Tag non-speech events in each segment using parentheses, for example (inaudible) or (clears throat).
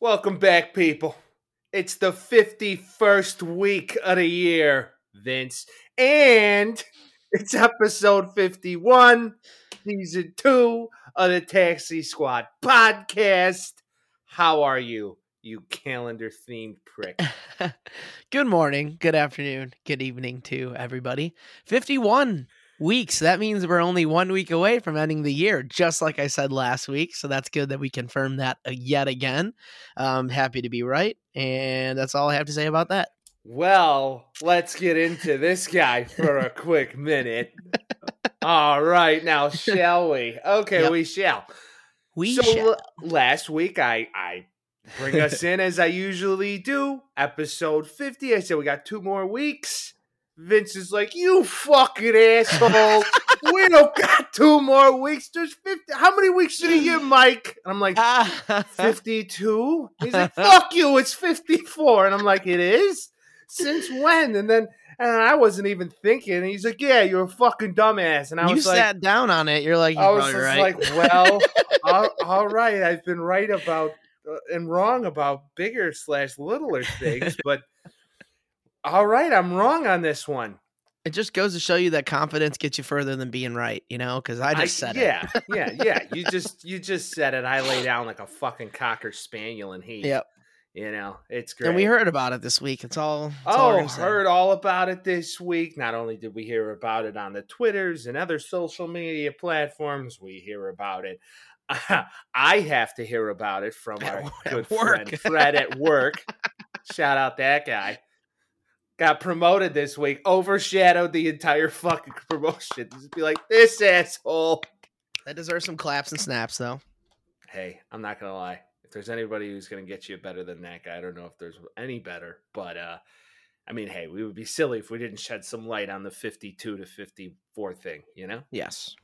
Welcome back, people. It's the 51st week of the year, Vince. And it's episode 51, season two of the Taxi Squad podcast. How are you, you calendar themed prick? (laughs) good morning, good afternoon, good evening to everybody. 51 weeks. That means we're only one week away from ending the year, just like I said last week. So that's good that we confirmed that uh, yet again. Um, happy to be right. And that's all I have to say about that. Well, let's get into this guy for a quick minute. All right, now shall we? Okay, Yep. we shall. We so (laughs) shall. l- last week I I bring us in as I usually do, episode 50. I said we got two more weeks. Vince is like, "You fucking asshole. we don't got two more weeks. There's 50. How many weeks in a year, Mike?" And (laughs) I'm like, Ah, 52? He's like, fuck you, it's 54. And I'm like, it is? Since when? And then and I wasn't even thinking. And he's like, yeah, you're a fucking dumbass. And I you was like, sat down on it. You're like, you're I was probably just right. like, well, (laughs) all, all right, I've been right about uh, and wrong about bigger slash littler things, but all right, I'm wrong on this one. it just goes to show you that confidence gets you further than being right, you know, because I just said it. yeah, yeah, yeah. You just you just said it. I lay down like a fucking cocker spaniel in heat. Yep. You know, it's great. And we heard about it this week. It's all. It's all we're Oh, gonna say. heard all about it this week. Not only did we hear about it on the Twitters and other social media platforms, we hear about it. (laughs) I have to hear about it from (laughs) At our wo- at good work. friend Fred at work. Shout out that guy. Got promoted this week, overshadowed the entire fucking promotion. Just be like, this asshole. That deserves some claps and snaps, though. Hey, I'm not gonna lie. If there's anybody who's gonna get you better than that guy, I don't know if there's any better, but uh I mean, hey, we would be silly if we didn't shed some light on the 52 to 54 thing, you know? Yes.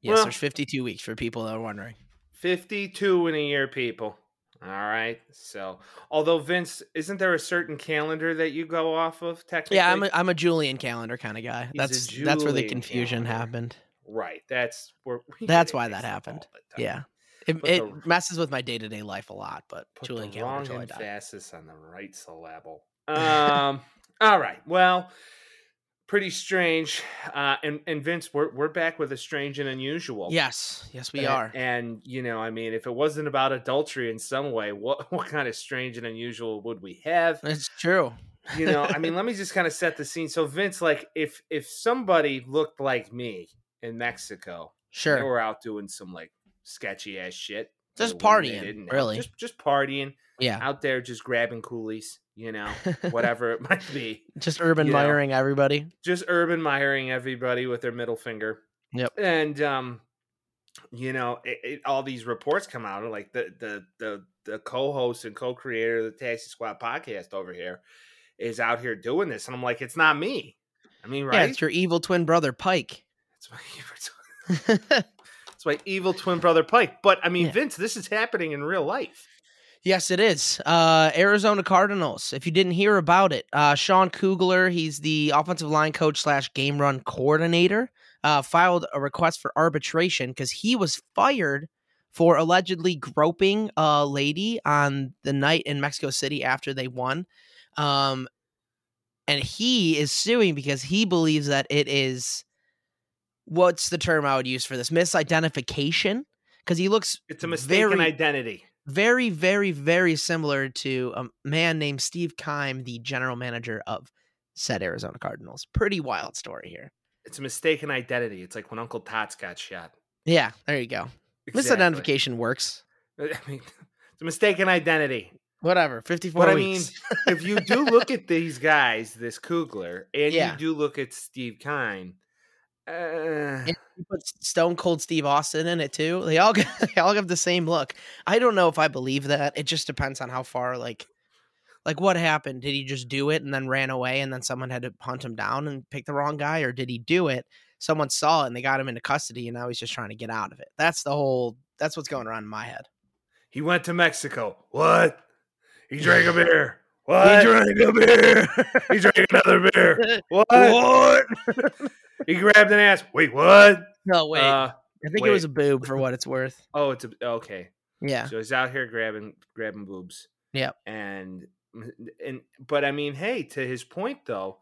Yes, Well- there's 52 weeks for people that are wondering. 52 in a year, people. All right. So, although Vince, isn't there a certain calendar that you go off of technically? Yeah, I'm a, I'm a Julian calendar kind of guy. a That's that's where the Julian confusion calendar. happened. right. That's where we get That's it why that mixed up happened. all the time. Yeah. It, Put it the- messes with my day to day life a lot, but Put Julian the calendar wrong till I die. emphasis on the right (laughs) syllable. Um. all right. Well, pretty strange. Uh, and and Vince, we're we're back with a strange and unusual. Yes, yes, we and, are. And you know, I mean, if it wasn't about adultery in some way, what (laughs) what kind of strange and unusual would we have? It's true. You know, I mean, let me just kind of set the scene. So Vince, like, if if somebody looked like me in Mexico, they Sure. (laughs) were out doing some like sketchy ass shit. for Just the women they partying, didn't have, really. Just just partying Yeah. out there just grabbing coolies, you (laughs) know, whatever it might be. Just urban you know. miring everybody. Just urban miring everybody with their middle finger. Yep. And um, you know, it, it, all these reports come out like the the the the co-host and co-creator of the Taxi Squad podcast over here is out here doing this, and I'm like, it's not me. I mean, Yeah, right? it's your evil twin brother, Pike. (laughs) It's (laughs) my, it's my evil twin brother Pike. But I mean, Yeah. Vince, this is happening in real life. Yes, it is. Uh, Arizona Cardinals. If you didn't hear about it, uh, Sean Kugler, he's the offensive line coach slash game run coordinator, uh, filed a request for arbitration because he was fired for allegedly groping a lady on the night in Mexico City after they won. Um, and he is suing because he believes that it is what's the term I would use for this misidentification because he looks It's a mistaken Very- identity. very, very, very similar to a man named Steve Kime, the general manager of said Arizona Cardinals. Pretty wild story here. It's a mistaken identity. It's like when Uncle Tots got shot. Yeah, there you go. Exactly. Misidentification works. (laughs) I mean, it's a mistaken identity. Whatever. Fifty-four But I weeks. If you do look at these guys, this Kugler, and Yeah. you do look at Steve Kine, uh, You put Stone Cold Steve Austin in it too. They all (laughs) they all have the same look. I don't know if I believe that. It just depends on how far like like what happened. Did he just do it and then ran away and then someone had to hunt him down and pick the wrong guy or did he do it? Someone saw it and they got him into custody and now he's just trying to get out of it. That's the whole that's what's going around in my head. he went to Mexico. What? He drank a beer. What? drank a beer. (laughs) He drank another (laughs) beer. What? (laughs) What? he grabbed an ass. Wait, what? No, wait. Uh, I think it was a boob for what it's worth. oh, it's a, okay. (laughs) Yeah. So he's out here grabbing grabbing boobs. Yep. And and but I mean, hey, to his point though,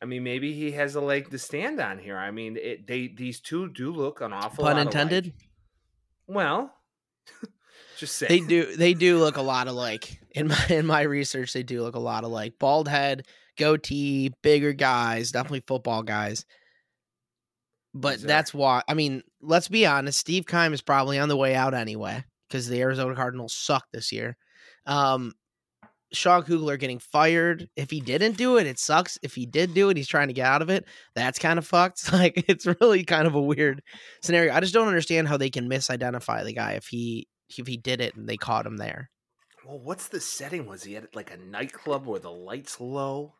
I mean maybe he has a leg to stand on here. I mean, it, they these two do look an awful Pun lot intended. Alike. Well, (laughs) just say They do. They do look a lot alike. In my in my research, they do look a lot alike. Bald head, goatee, bigger guys, definitely football guys. But These are- that's why. I mean, let's be honest. Steve Kime is probably on the way out anyway because the Arizona Cardinals suck this year. Um, Sean Kugler getting fired. If he didn't do it, it sucks. If he did do it, he's trying to get out of it. That's kind of fucked. (laughs) Like it's really kind of a weird scenario. I just don't understand how they can misidentify the guy if he if he did it and they caught him there. Well, what's the setting? Was he at like a nightclub where the lights low?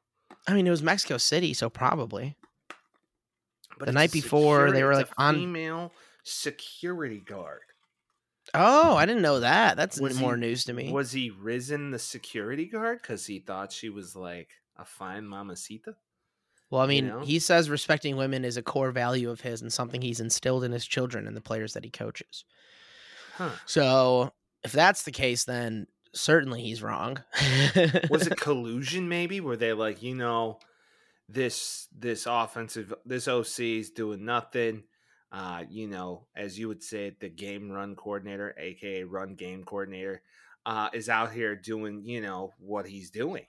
I mean, it was Mexico City, so probably. But The it's night a before, they were, security- it's like, a on- female security guard. Oh, I didn't know that. That's Was more he- news to me. Was he risen the security guard because he thought she was like a fine mamacita? well, I you mean, know? he says respecting women is a core value of his and something he's instilled in his children and the players that he coaches. Huh. So, if that's the case, then certainly he's wrong. (laughs) Was it collusion? Maybe were they like you know this this offensive this OC is doing nothing. Uh, you know, as you would say, the game run coordinator, aka run game coordinator, uh, is out here doing you know what he's doing.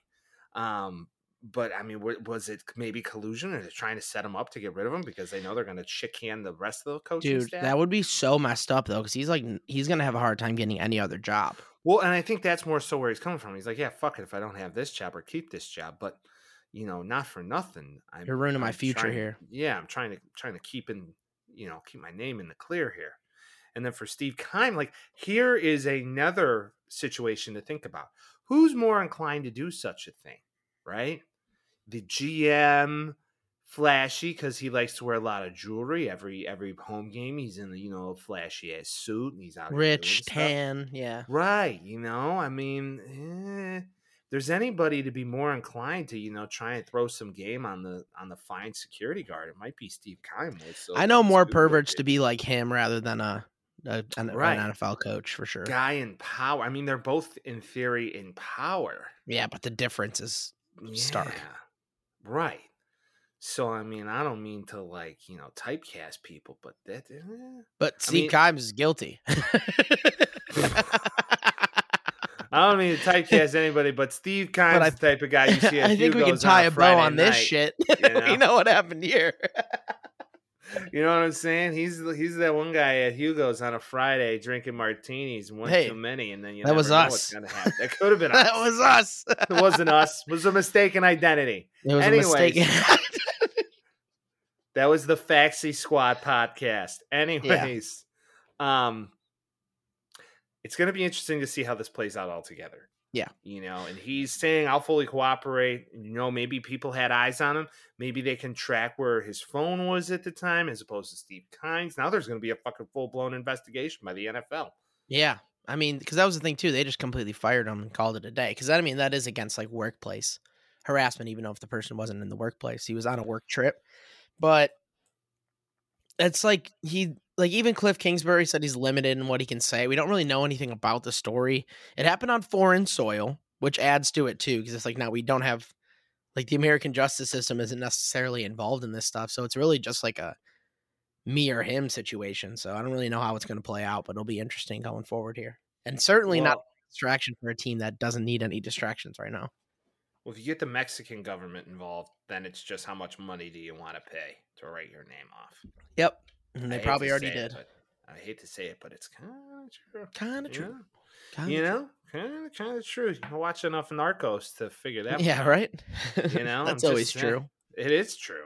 Um, but I mean, wa- was it maybe collusion, or they're trying to set him up to get rid of him because they know they're going to chicane the rest of the coaching Dude, staff? that would be so messed up though, because he's like, n- he's gonna have a hard time getting any other job. Well, and I think that's more so where he's coming from. He's like, yeah, fuck it. If I don't have this job or keep this job, but you know, not for nothing. I'm, You're ruining my I'm future trying- here. Yeah, I'm trying to trying to keep in you know keep my name in the clear here. And then for Steve Kime, like here is another situation to think about. Who's more inclined to do such a thing, right? The GM, flashy because he likes to wear a lot of jewelry every every home game. He's in the you know flashy ass suit and he's out here doing Rich, stuff. tan, yeah. Right. You know, I mean, eh, there's anybody to be more inclined to, you know, try and throw some game on the on the fine security guard. It might be Steve Kime. with so I know fine more security guard perverts to did. be like him rather than a, a an, Right. an NFL coach for sure. guy in power. I mean, they're both in theory in power. Yeah, but the difference is Stark. Yeah, Right. So I mean, I don't mean to like, you know, typecast people, but that eh. but Steve mean- Kimes is guilty. (laughs) I don't mean to typecast anybody, but Steve (laughs) Kime's I- the type of guy (laughs) you see. At I think we can Hugo's tie on a, a, bow Friday on this night. shit. (laughs) we know? know what happened here. (laughs) You know what I'm saying? He's he's that one guy at Hugo's on a Friday drinking martinis, one Hey, too many, and then you that never was know us. what's gonna happen. That could have been us. (laughs) that was us. it wasn't us. It was a mistaken identity. It was a mistake. (laughs) That was the Faxi Squad podcast. Anyways, um, it's going to be interesting to see how this plays out altogether. Yeah. You know, and he's saying, I'll fully cooperate. You know, maybe people had eyes on him. Maybe they can track where his phone was at the time as opposed to Steve Kynes. Now there's going to be a fucking full blown investigation by the NFL. Yeah. I mean, because that was the thing too. They just completely fired him and called it a day. Because I mean, that is against like workplace harassment, even though if the person wasn't in the workplace, he was on a work trip. But it's like he, like even Cliff Kingsbury said he's limited in what he can say. We don't really know anything about the story. It happened on foreign soil, which adds to it too, because it's like now we don't have like the American justice system isn't necessarily involved in this stuff. So it's really just like a me or him situation. So I don't really know how it's going to play out, but it'll be interesting going forward here. And certainly not Well- a distraction for a team that doesn't need any distractions right now. Well, if you get the Mexican government involved, then it's just how much money do you want to pay to write your name off? Yep. And they I hate probably to already say it, did. but- I hate to say it, but it's kind of true. Kind of you true. know? Mm-hmm. Kinda You true. know, kind of kind of true. I watch enough Narcos to figure that. one Yeah, out. right? (laughs) You know, I'm That's just always saying. true. It is true.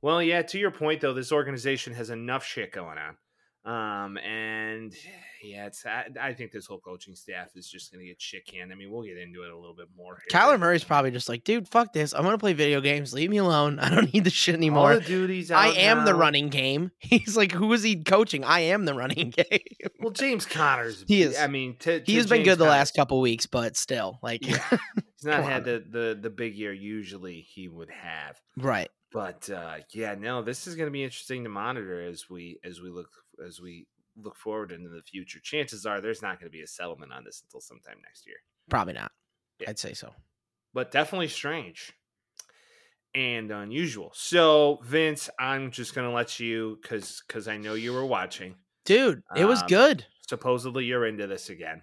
Well, yeah. To your point, though, this organization has enough shit going on. Um, and yeah, it's I, I think this whole coaching staff is just going to get shit canned. I mean, we'll get into it a little bit more. here Kyler later. Murray's probably just like, dude, fuck this. I'm gonna play video games. Leave me alone. (laughs) I don't need this shit anymore. All the duties. I out am the now. running game. (laughs) He's like, who is he coaching? I am the running (laughs) game. Well, James Connors. He is. I mean, to, to He's been James good the Conner's- last couple weeks, but still, like, Yeah. He's not Come had the, the the big year usually he would have. (laughs) right? but uh, yeah, no, this is going to be interesting to monitor as we as we look as we look forward into the future, chances are there's not going to be a settlement on this until sometime next year. Probably not. Yeah. I'd say so. But definitely strange and unusual. So Vince, I'm just going to let you because because I know you were watching. Dude, it was Um, good. (laughs) Supposedly you're into this again.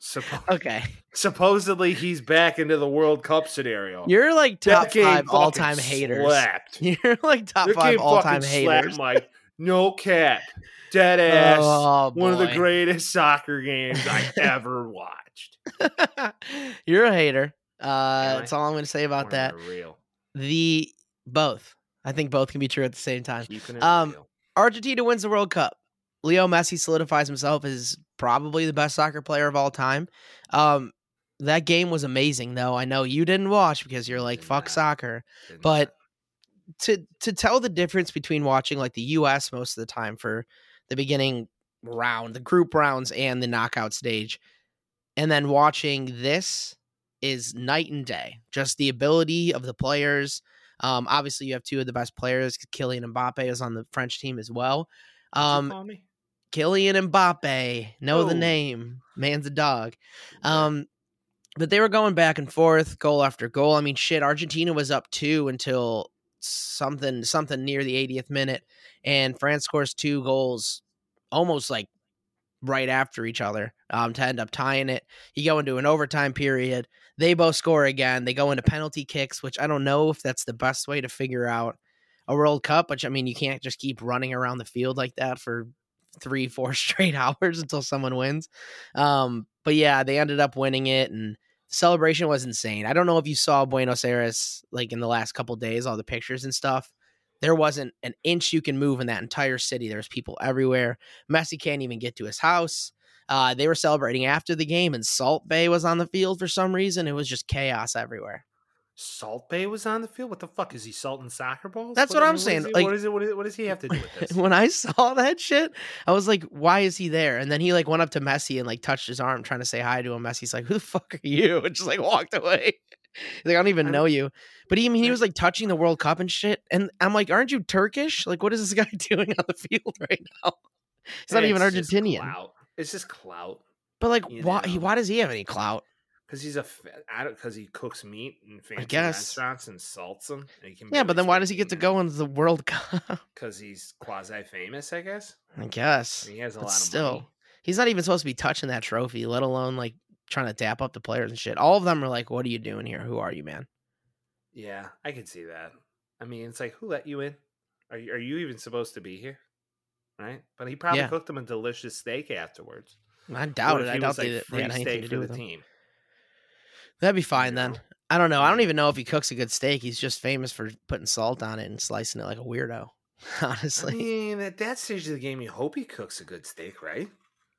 Suppo- okay. (laughs) supposedly he's back into the World Cup scenario. You're like oh. That top game five fucking all time haters. (laughs) Slapped. You're like top That five game all time fucking slapped, haters. Mike. No cap. (laughs) Dead ass. Oh, One of the boy. greatest soccer games (laughs) I ever watched. You're a hater. Uh, Am that's all I'm going to say about Keeping that. it Real. The both. I think both can be true at the same time. Keeping it Um, real. Argentina wins the World Cup. Leo Messi solidifies himself as probably the best soccer player of all time. Um, that game was amazing, though. I know you didn't watch because you're like Did fuck not. soccer. Didn't but- I? To to tell the difference between watching like the U.S. most of the time for the beginning round, the group rounds, and the knockout stage, and then watching this is night and day. Just the ability of the players. Um, obviously, you have two of the best players. Kylian Mbappe is on the French team as well. Did you Um, call me? Killian Mbappe. Know the Oh. name. Man's a dog. Um, but they were going back and forth, goal after goal. I mean, shit, Argentina was up two until something something near the 80th minute, and France scores two goals almost like right after each other um, to end up tying it. You go into an overtime period. They both score again. They go into penalty kicks, which I don't know if that's the best way to figure out a World Cup. Which I mean, you can't just keep running around the field like that for three, four (laughs) straight hours until someone wins. Um, but yeah, they ended up winning it, and celebration was insane. I don't know if you saw Buenos Aires like in the last couple days, all the pictures and stuff. There wasn't an inch you can move in that entire city. There's people everywhere. Messi can't even get to his house. Uh, they were celebrating after the game, and Salt Bay was on the field for some reason. It was just chaos everywhere. Salt Bay was on the field. What the fuck is he salting soccer balls? That's what I I'm mean, saying, Is he, like- what is it? What, is, what does he have to do (laughs) with this? when I saw that shit, I was like, why is he there? And then he like went up to Messi and like touched his arm trying to say hi to him. Messi's like, who the fuck are you? (laughs) And just like walked away. He's like, I don't even I know don't- you. But he, I mean, he I- was like touching the World Cup and shit. And I'm like, aren't you Turkish? Like, what is this guy (laughs) doing on the field right now? He's not even It's just Argentinian. clout. It's just clout But like, you why? He, know. why does he have any clout? because he's a fa- I don't because he cooks meat in fancy guess. restaurants and salts them. And he can Yeah, but then why does he get to go into the World (laughs) Cup? Because he's quasi famous, I guess. I guess And he has a But lot of money. still, he's not even supposed to be touching that trophy, let alone like trying to dap up the players and shit. All of them are like, "What are you doing here? Who are you, man?" Yeah, I can see that. I mean, it's like who let you in? Are you, are you even supposed to be here? Right? But he probably Yeah. cooked him a delicious steak afterwards. I What doubt if it. I he doubt was, they, like, they had free anything to steak do for with the him. (laughs) team? That'd be fine know? then. I don't know. I don't Yeah. even know if he cooks a good steak. He's just famous for putting salt on it and slicing it like a weirdo. (laughs) I Honestly, mean, at that stage of the game, you hope he cooks a good steak, right?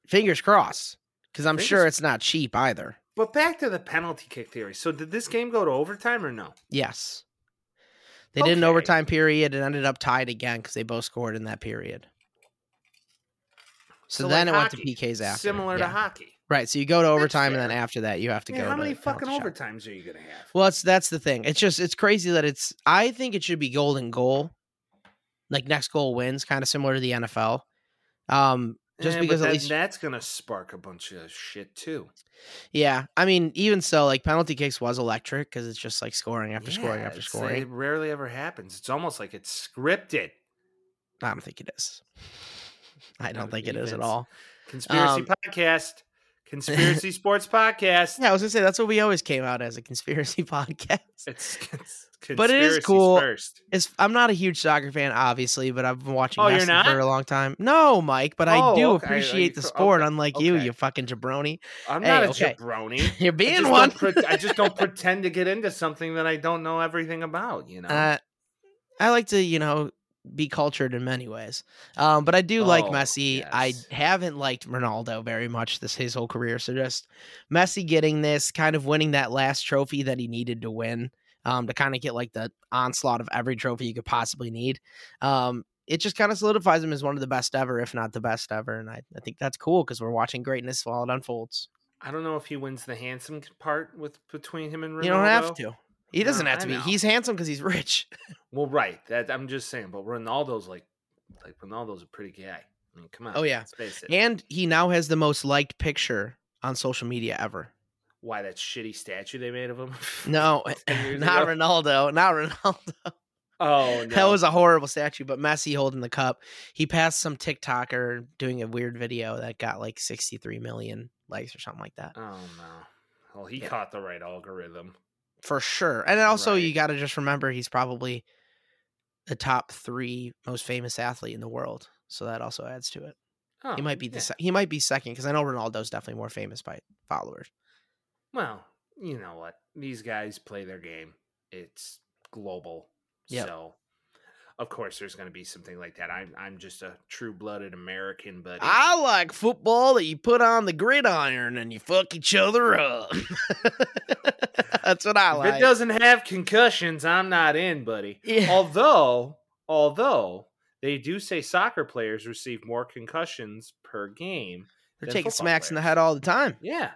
fingers crossed, because I'm Fingers- sure it's not cheap either. But back to the penalty kick theory. So, did this game go to overtime or no? Yes, they did an Okay. overtime period and ended up tied again because they both scored in that period. So, So, like then it hockey, went to PKs after. Similar to yeah. hockey. Right. So you go to overtime, and then fair. after that, you have to Man, go. how to many penalty fucking shot. overtimes are you going to have? Well, it's that's the thing. It's just it's crazy that it's. I think it should be golden goal, like next goal wins, kind of similar to the NFL. Um, just Eh, but because at then least that's going to spark a bunch of shit too. yeah. I mean, even so, like penalty kicks was electric because it's just like scoring after scoring Yeah, after it's like- scoring. It rarely ever happens. It's almost like it's scripted. I don't think it is. I don't Gotta think be, it is at Vince. all. Conspiracy Um, podcast, (laughs) conspiracy sports podcast. Yeah, I was gonna say that's what we always came out as a conspiracy (laughs) podcast. It's, (laughs) it's But it is conspiracies cool. First. It's, I'm not a huge soccer fan, obviously, but I've been watching Oh, you're wrestling not? for a long time. No, Mike, but I Oh, okay. do Are you appreciate the cr- sport, okay, unlike you, okay. you fucking jabroni. (laughs) I'm Hey, not a okay. (laughs) jabroni. You're I being just one. don't pre- I just don't pretend to get into something that I don't know everything about. You know, Uh, I like to, you know, be cultured in many ways. Um, but I do like Oh, Messi. I yes. haven't liked Ronaldo very much this his whole career. So just Messi getting this, kind of winning that last trophy that he needed to win, um, to kind of get like the onslaught of every trophy you could possibly need. Um, it just kind of solidifies him as one of the best ever, if not the best ever. And I, I think that's cool because we're watching greatness while it unfolds. I don't know if he wins the handsome part with between him and Ronaldo. You don't have to. He doesn't No, have I to be. know. He's handsome because he's (laughs) rich. Well, right. That I'm just saying, but Ronaldo's like, like Ronaldo's a pretty guy. I mean, come on. Oh, yeah. Let's face it. And he now has the most liked picture on social media ever. Why that shitty statue they made of him? (laughs) No, (laughs) 10 years not ago? Ronaldo. Not Ronaldo. Oh no. (laughs) That was a horrible statue, but Messi holding the cup. He passed some TikToker doing a weird video that got like 63 million likes or something like that. Oh no. Well, he Yeah. caught the right algorithm. For sure. And also, you Right. got to just remember he's probably the top three most famous athlete in the world. So that also adds to it. Oh, He might be the yeah. se- he might be second because I know Ronaldo's definitely more famous by followers. Well, you know what? These guys play their game. It's global. Yep. So of course there's gonna be something like that. I'm I'm just a true blooded American, but I like football that you put on the gridiron and you fuck each other up. (laughs) That's what I if it like. doesn't have concussions, I'm not in, buddy. (laughs) yeah. although although they do say soccer players receive more concussions per game. They're than taking football smacks in the players. head all the time. (laughs) Yeah.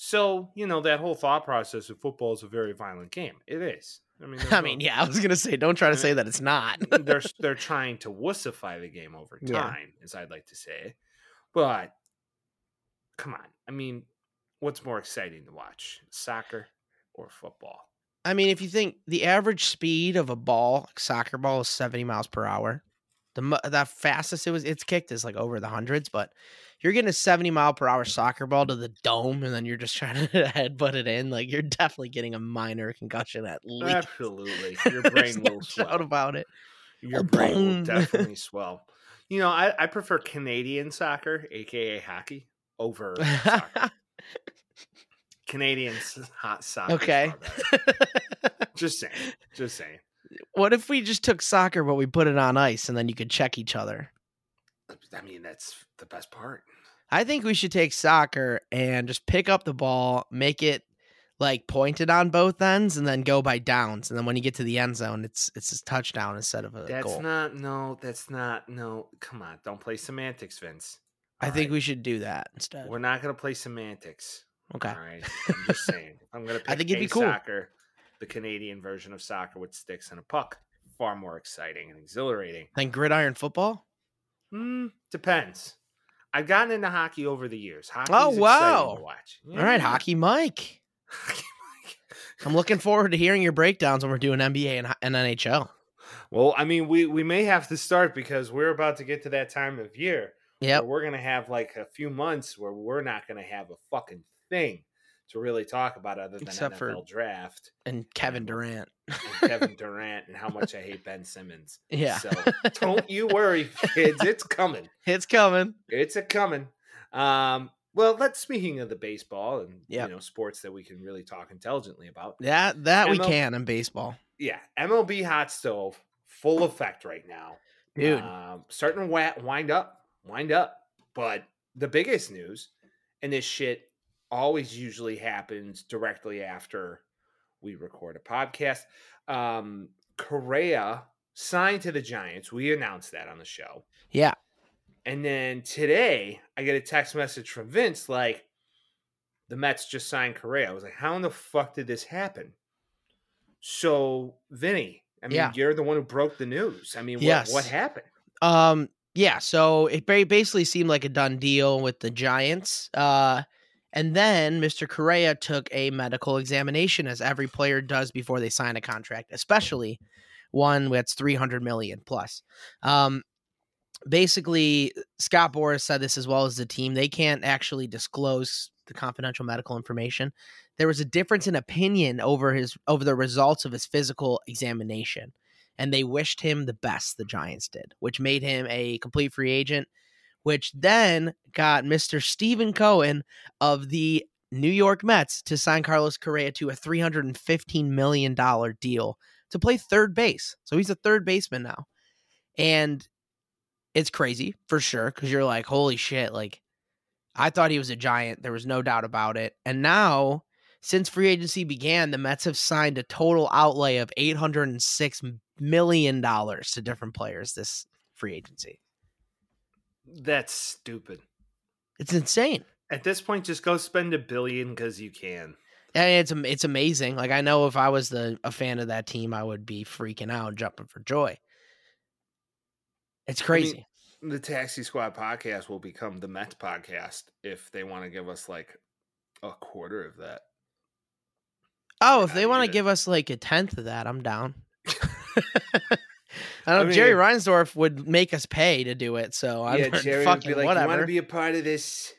So, you know, that whole thought process of football is a very violent game. It is. I mean, there's (laughs) I no- mean, yeah, I was gonna say, don't try to I say that it's not. (laughs) they're they're trying to wussify the game over Yeah. time, as I'd like to say. But come on. I mean, what's more exciting to watch? Soccer or football? I mean, if you think the average speed of a ball, like soccer ball, is seventy miles per hour. The mo- the fastest it was it's kicked is like over the hundreds, but you're getting a seventy mile per hour soccer ball to the dome, and then you're just trying to (laughs) headbutt it in. Like you're definitely getting a minor concussion at least. Absolutely. (laughs) Your There's brain no will doubt swell. about it. Your Oh, brain will boom. (laughs) definitely swell. You know, I, I prefer Canadian soccer, aka hockey, (laughs) over soccer. Canadian s- (laughs) hot soccer. is Okay. far better. Just saying. Just saying. (laughs) what if we just took soccer, but we put it on ice, and then you could check each other? I mean, that's the best part. I think we should take soccer and just pick up the ball, make it like pointed on both ends, and then go by downs. And then when you get to the end zone, it's it's a touchdown instead of a That's goal. not, no, that's not, no. Come on. Don't play semantics, Vince. I All think right? we should do that instead. We're not going to play semantics. Okay. All right. I'm just (laughs) saying. I'm going to pick I think it'd be a cool. soccer, the Canadian version of soccer with sticks and a puck. Far more exciting and exhilarating. Then gridiron football. Hmm, depends. I've gotten into hockey over the years. Hockey Oh, is exciting wow. to watch. All right, Yeah. hockey, Mike. I'm looking forward to hearing your breakdowns when we're doing NBA and, ho- and NHL. (laughs) Well, I mean, we we may have to start because we're about to get to that time of year where Yep. we're gonna have like a few months where we're not gonna have a fucking thing to really talk about other than Except for- NFL draft And Kevin Durant. and Kevin Durant and how much I hate Ben Simmons. Yeah. So don't you worry, (laughs) kids, it's coming. It's coming. It's a coming. Um well, let's speaking of the baseball and Yep. you know sports that we can really talk intelligently about. That that we ML can in baseball. yeah, MLB hot stove full effect right now, Dude. Um, starting to wa- wind up, wind up. But the biggest news, and this shit always usually happens directly after we record a podcast. Um, Correa signed to the Giants. We announced that on the show. Yeah. And then today, I get a text message from Vince like, the Mets just signed Correa. I was like, how in the fuck did this happen? So, Vinny, I mean, Yeah. you're the one who broke the news. I mean, what, what Yes. happened? Um, yeah, so it ba- basically seemed like a done deal with the Giants. Uh, and then Mr. Correa took a medical examination, as every player does before they sign a contract, especially one that's 300 million plus. Um, basically, Scott Boras said this as well as the team. They can't actually disclose the confidential medical information. There was a difference in opinion over his over the results of his physical examination and they wished him the best the Giants did, which made him a complete free agent, which then got Mr. Stephen Cohen of the New York Mets to sign Carlos Correa to a $315 million deal to play third base. So he's a third baseman now. And it's crazy for sure because you're like, holy shit, like I thought he was a giant. There was no doubt about it. And now since free agency began, the Mets have signed a total outlay of eight hundred and six million dollars to different players this free agency. That's stupid. It's insane. At this point, just go spend a billion because you can. And it's am- it's amazing. Like I know if I was the a fan of that team, I would be freaking out, jumping for joy. It's crazy. the Taxi Squad podcast will become the Mets podcast if they want to give us like a quarter of that. Oh, We're if not they want to needed. give us like a tenth of that, I'm down. (laughs) I know I mean- Jerry Reinsdorf would make us pay to do it, so I'm (laughs) yeah, Jerry would Oh, fucking be like, "You want whatever. to be a part of this?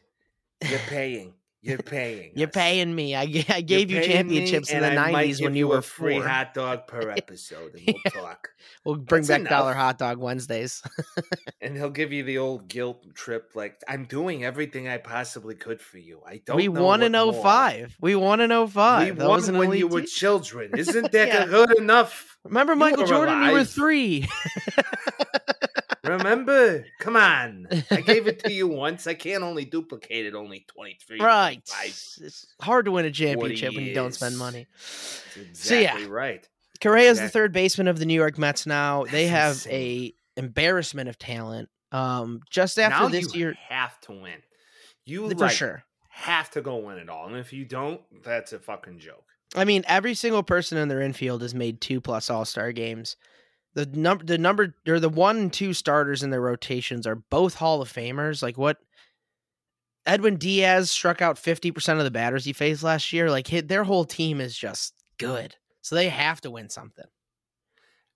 (laughs) You're paying. You're paying. You're us. paying me. I, g- (laughs) I You're gave you paying me, championships in and the I might 90s when give you were a free four. hot dog (laughs) per episode, and we'll talk. we'll bring That's back dollar enough. hot dog Wednesdays. (laughs) And he'll give you the old guilt trip, like I'm doing everything I possibly could for you. I don't. we know won what in more. 05. We won in 05. We that was won an when elite you were team. (laughs) children. Isn't that Yeah. good enough? Remember you Michael were Jordan? You were alive. three. Remember? Come on. I gave it (laughs) to you once. I can't only duplicate it only 23. (laughs) right. 25. It's hard to win a 40 championship when you don't spend years. money. That's So, yeah. Exactly right. Correa's the Exact- third baseman of the New York Mets now. They That's have insane. a embarrassment of talent. Um, just after now this you year, have to win. You for like, sure. have to go win it all. And if you don't, that's a fucking joke. I mean, every single person in their infield has made two plus All Star games. The number, the number, or the one and two starters in their rotations are both Hall of Famers. Like what? Edwin Diaz struck out fifty percent of the batters he faced last year. Like hit, their whole team is just good, so they have to win something.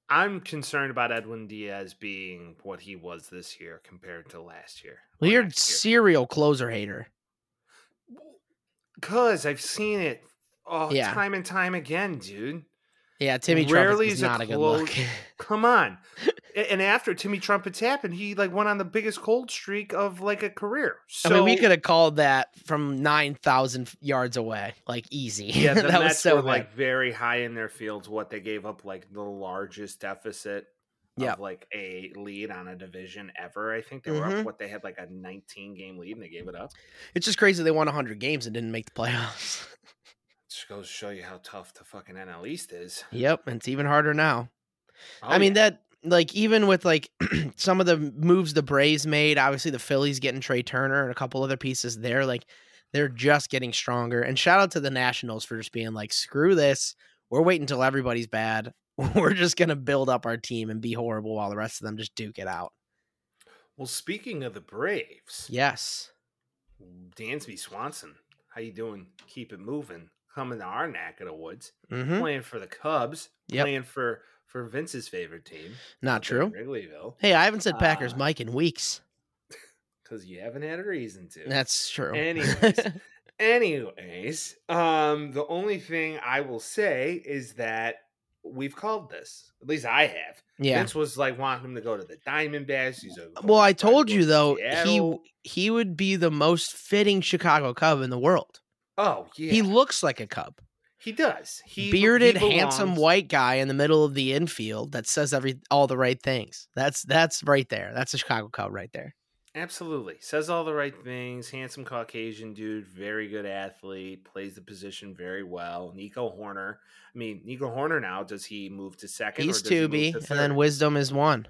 Oh, I'm concerned about Edwin Diaz being what he was this year compared to last year. or Weird next year. serial closer hater. Cause I've seen it oh, Yeah. time and time again, dude. Yeah, Timmy Rarely Trumpet is is a not a good close- look. Come on. A- and after Timmy Trumpets happened, he like went on the biggest cold streak of like a career. So (laughs) I mean, we could (laughs) have called that from nine thousand yards away, like easy. (laughs) yeah, the that Mets was so were bad. like very high in their fields. What they gave up like the largest deficit Yep. of like a lead on a division ever. I think they were Mhm. up what they had like a 19 game lead and they gave it up. It's just crazy they won 100 games and didn't make the playoffs. (laughs) Just goes to show you how tough the fucking NL East is. yep, and it's even harder now. Oh, I mean yeah. that like even with like (clears throat) some of the moves the Braves made, obviously the Phillies getting Trey Turner and a couple other pieces there, like they're just getting stronger. And shout out to the Nationals for just being like, screw this. We're waiting until everybody's bad. (laughs) We're just gonna build up our team and be horrible while the rest of them just duke it out. well, speaking of the Braves, Yes. Dansby Swanson, how you doing? Keep it moving. Coming to our neck of the woods. Mm-hmm. playing for the Cubs, Yep. playing for for Vince's favorite team. Not up there in (laughs) true. (laughs) Wrigleyville, Hey, I haven't said Packers Uh, Mike in weeks. because you haven't had a reason to. That's true. (laughs) Anyways, anyways, um, the only thing I will say is that we've called this. At least I have. yeah. Vince was like wanting him to go to the Diamondbacks. He's like, Well, I "Fucking trying to told go you to though, he Seattle." w- he would be the most fitting Chicago Cub in the world. Oh yeah, He he looks like a Cub, he does. He be- he bearded, handsome belongs- white guy in the middle of the infield that says every all the right things. That's that's right there. That's a Chicago Cub right there. Absolutely. Says all the right things. Handsome Caucasian dude, very good athlete, plays the position very well. Nico Horner. I mean, Nico Horner now, does he move to second? He's does he two move B, to and then third? Wisdom is one,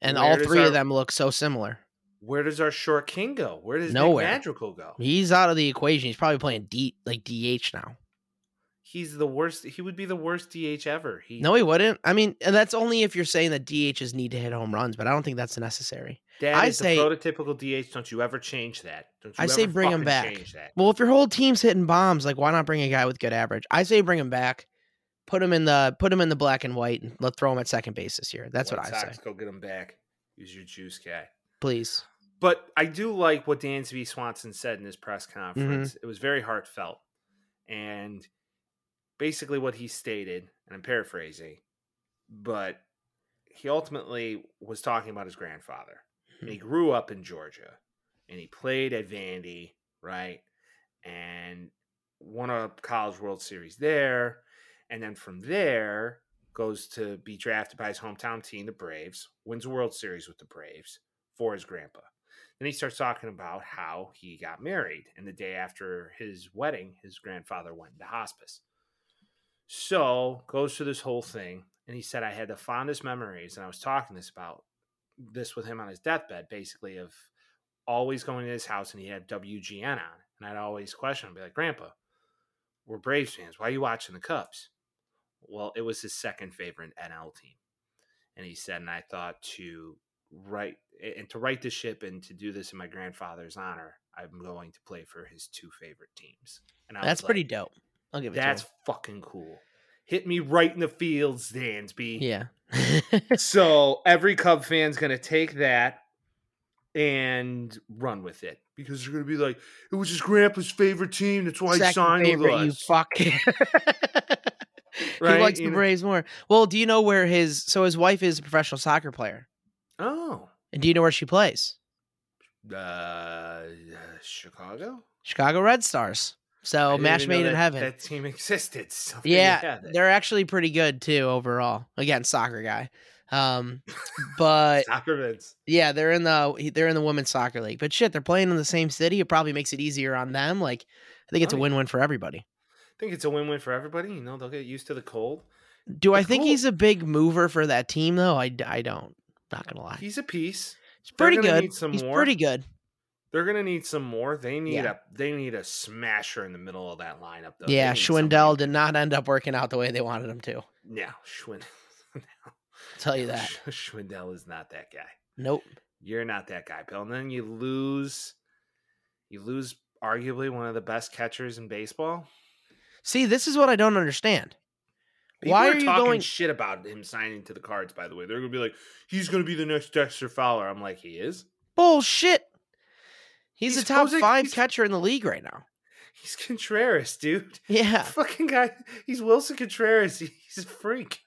and all Where does three our- of them look so similar. Where does our short king go? Where does Nowhere. Nick Madrigal go? He's out of the equation. He's probably playing D like DH now. He's the worst. He would be the worst DH ever. He, No, he wouldn't. I mean, and that's only if you're saying that DHs need to hit home runs, but I don't think that's necessary. that I is say- the prototypical DH. Don't you ever change that. Don't you I say ever bring fucking him back. Change that. Well, if your whole team's hitting bombs, like why not bring a guy with good average? I say bring him back, put him in the put him in the black and white, and let throw him at second base this year. That's White what I Sox, say. Go get him back. Use your juice guy. Please, But I do like what Dansby Swanson said in his press conference. It was very heartfelt. And basically, what he stated, and I'm paraphrasing, but he ultimately was talking about his grandfather. And he grew up in Georgia and he played at Vandy, right? And won a college World Series there. And then from there, goes to be drafted by his hometown team, the Braves, wins a World Series with the Braves for his grandpa. Then he starts talking about how he got married. And the day after his wedding, his grandfather went into hospice. So goes through this whole thing. And he said, I had the fondest memories. And I was talking this about this with him on his deathbed, basically, of always going to his house and he'd have WGN on. And I'd always question him, be like, Grandpa, we're Braves fans. Why are you watching the Cubs? Well, it was his second favorite NL team. And he said, and I thought to right and to right the ship and to do this in my grandfather's honor, I'm going to play for his two favorite teams. And I That's was like, pretty dope. I'll give it That's to fucking cool. Hit me right in the fields, Dansby. (laughs) him. Yeah. so every Cub fan's gonna take that and run with it because they're gonna be like, it was his grandpa's favorite team. That's why he Second signed with favorite, us. you fuck. (laughs) Right, He likes you the know. Braves more. Well, do you know where his so his wife is a professional soccer player, oh, and do you know where she plays? uh, uh, Chicago. Chicago Red Stars. So I didn't Oh, match even know made in that- heaven. That team (laughs) existed. So there you yeah, have it. they're actually pretty good too overall. Again, soccer guy. Um, (laughs) but soccer Vince. yeah, they're in the they're in the women's soccer league. But shit, they're playing in the same city. It probably makes it easier on them. Like, I think it's Oh, a yeah. win win for everybody. I think it's a win-win for everybody. You know, they'll get used to the cold. Do I It's think cool. he's a big mover for that team though? I, d- I don't. Not gonna lie, He's a piece. he's they're pretty gonna good. need some He's more. pretty good. They're gonna need some more. They need Yeah. a they need a smasher in the middle of that lineup. Though. They Yeah, need somebody Schwindel who did can- not end up working out the way they wanted him to. I'll Yeah, Schwindel. (laughs) tell Oh, you that. Schwindel is not that guy. Nope. You're not that guy, Bill. And then you lose. You lose arguably one of the best catchers in baseball. See, this is what I don't understand. People Why are, are you talking going- shit about him signing to the Cards? By the way, they're gonna be like, he's gonna be the next Dexter Fowler. I'm like, he is. Bullshit. He's, He's a top supposed to- five he's- catcher in the league right now. He's Contreras, dude. (laughs) Yeah. Fucking guy. He's Wilson Contreras. (laughs) He's a freak.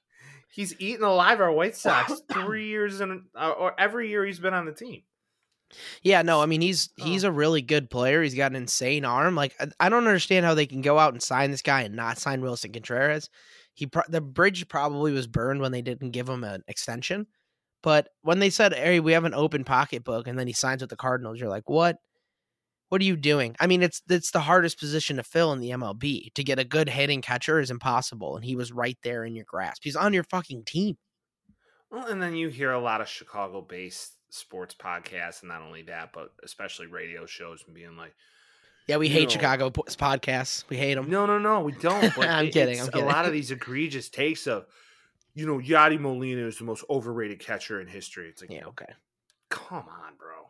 He's eaten alive our (laughs) White Sox three years in, uh, or every year he's been on the team. Yeah, no, I mean he's he's Oh. a really good player. He's got an insane arm. Like I, I don't understand how they can go out and sign this guy and not sign Wilson Contreras. He pro- the bridge probably was burned when they didn't give him an extension. But when they said, "Hey, we have an open pocketbook," and then he signs with the Cardinals, you're like, "What? What are you doing?" I mean, it's it's the hardest position to fill in the MLB. To get a good hitting catcher is impossible, and he was right there in your grasp. He's on your fucking team. Well, and then you hear a lot of Chicago based sports podcasts, and not only that, but especially radio shows and being like, Yeah, we You hate know- Chicago po- podcasts. We hate them. no, no, no, we don't. But Um, (laughs) I'm it- kidding, it's I'm kidding. A lot of these egregious takes of, you know, Yadi Molina is the most overrated catcher in history. It's like, Yeah, okay. come on, bro.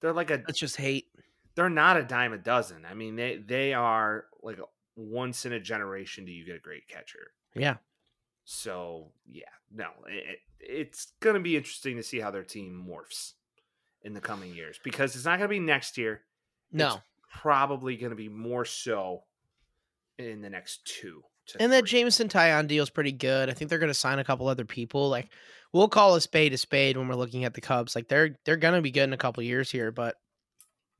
They're like a Let's just hate. they're not a dime a dozen. I mean, they they are like once in a generation do you get a great catcher. Yeah. So yeah, no, it, it's going to be interesting to see how their team morphs in the coming years because it's not going to be next year. No. Probably going to be more so in the next two. To and that three. Jameson Tyon deal is pretty good. I think they're going to sign a couple other people. Like we'll call a spade a spade when we're looking at the Cubs. Like they're they're going to be good in a couple years here, but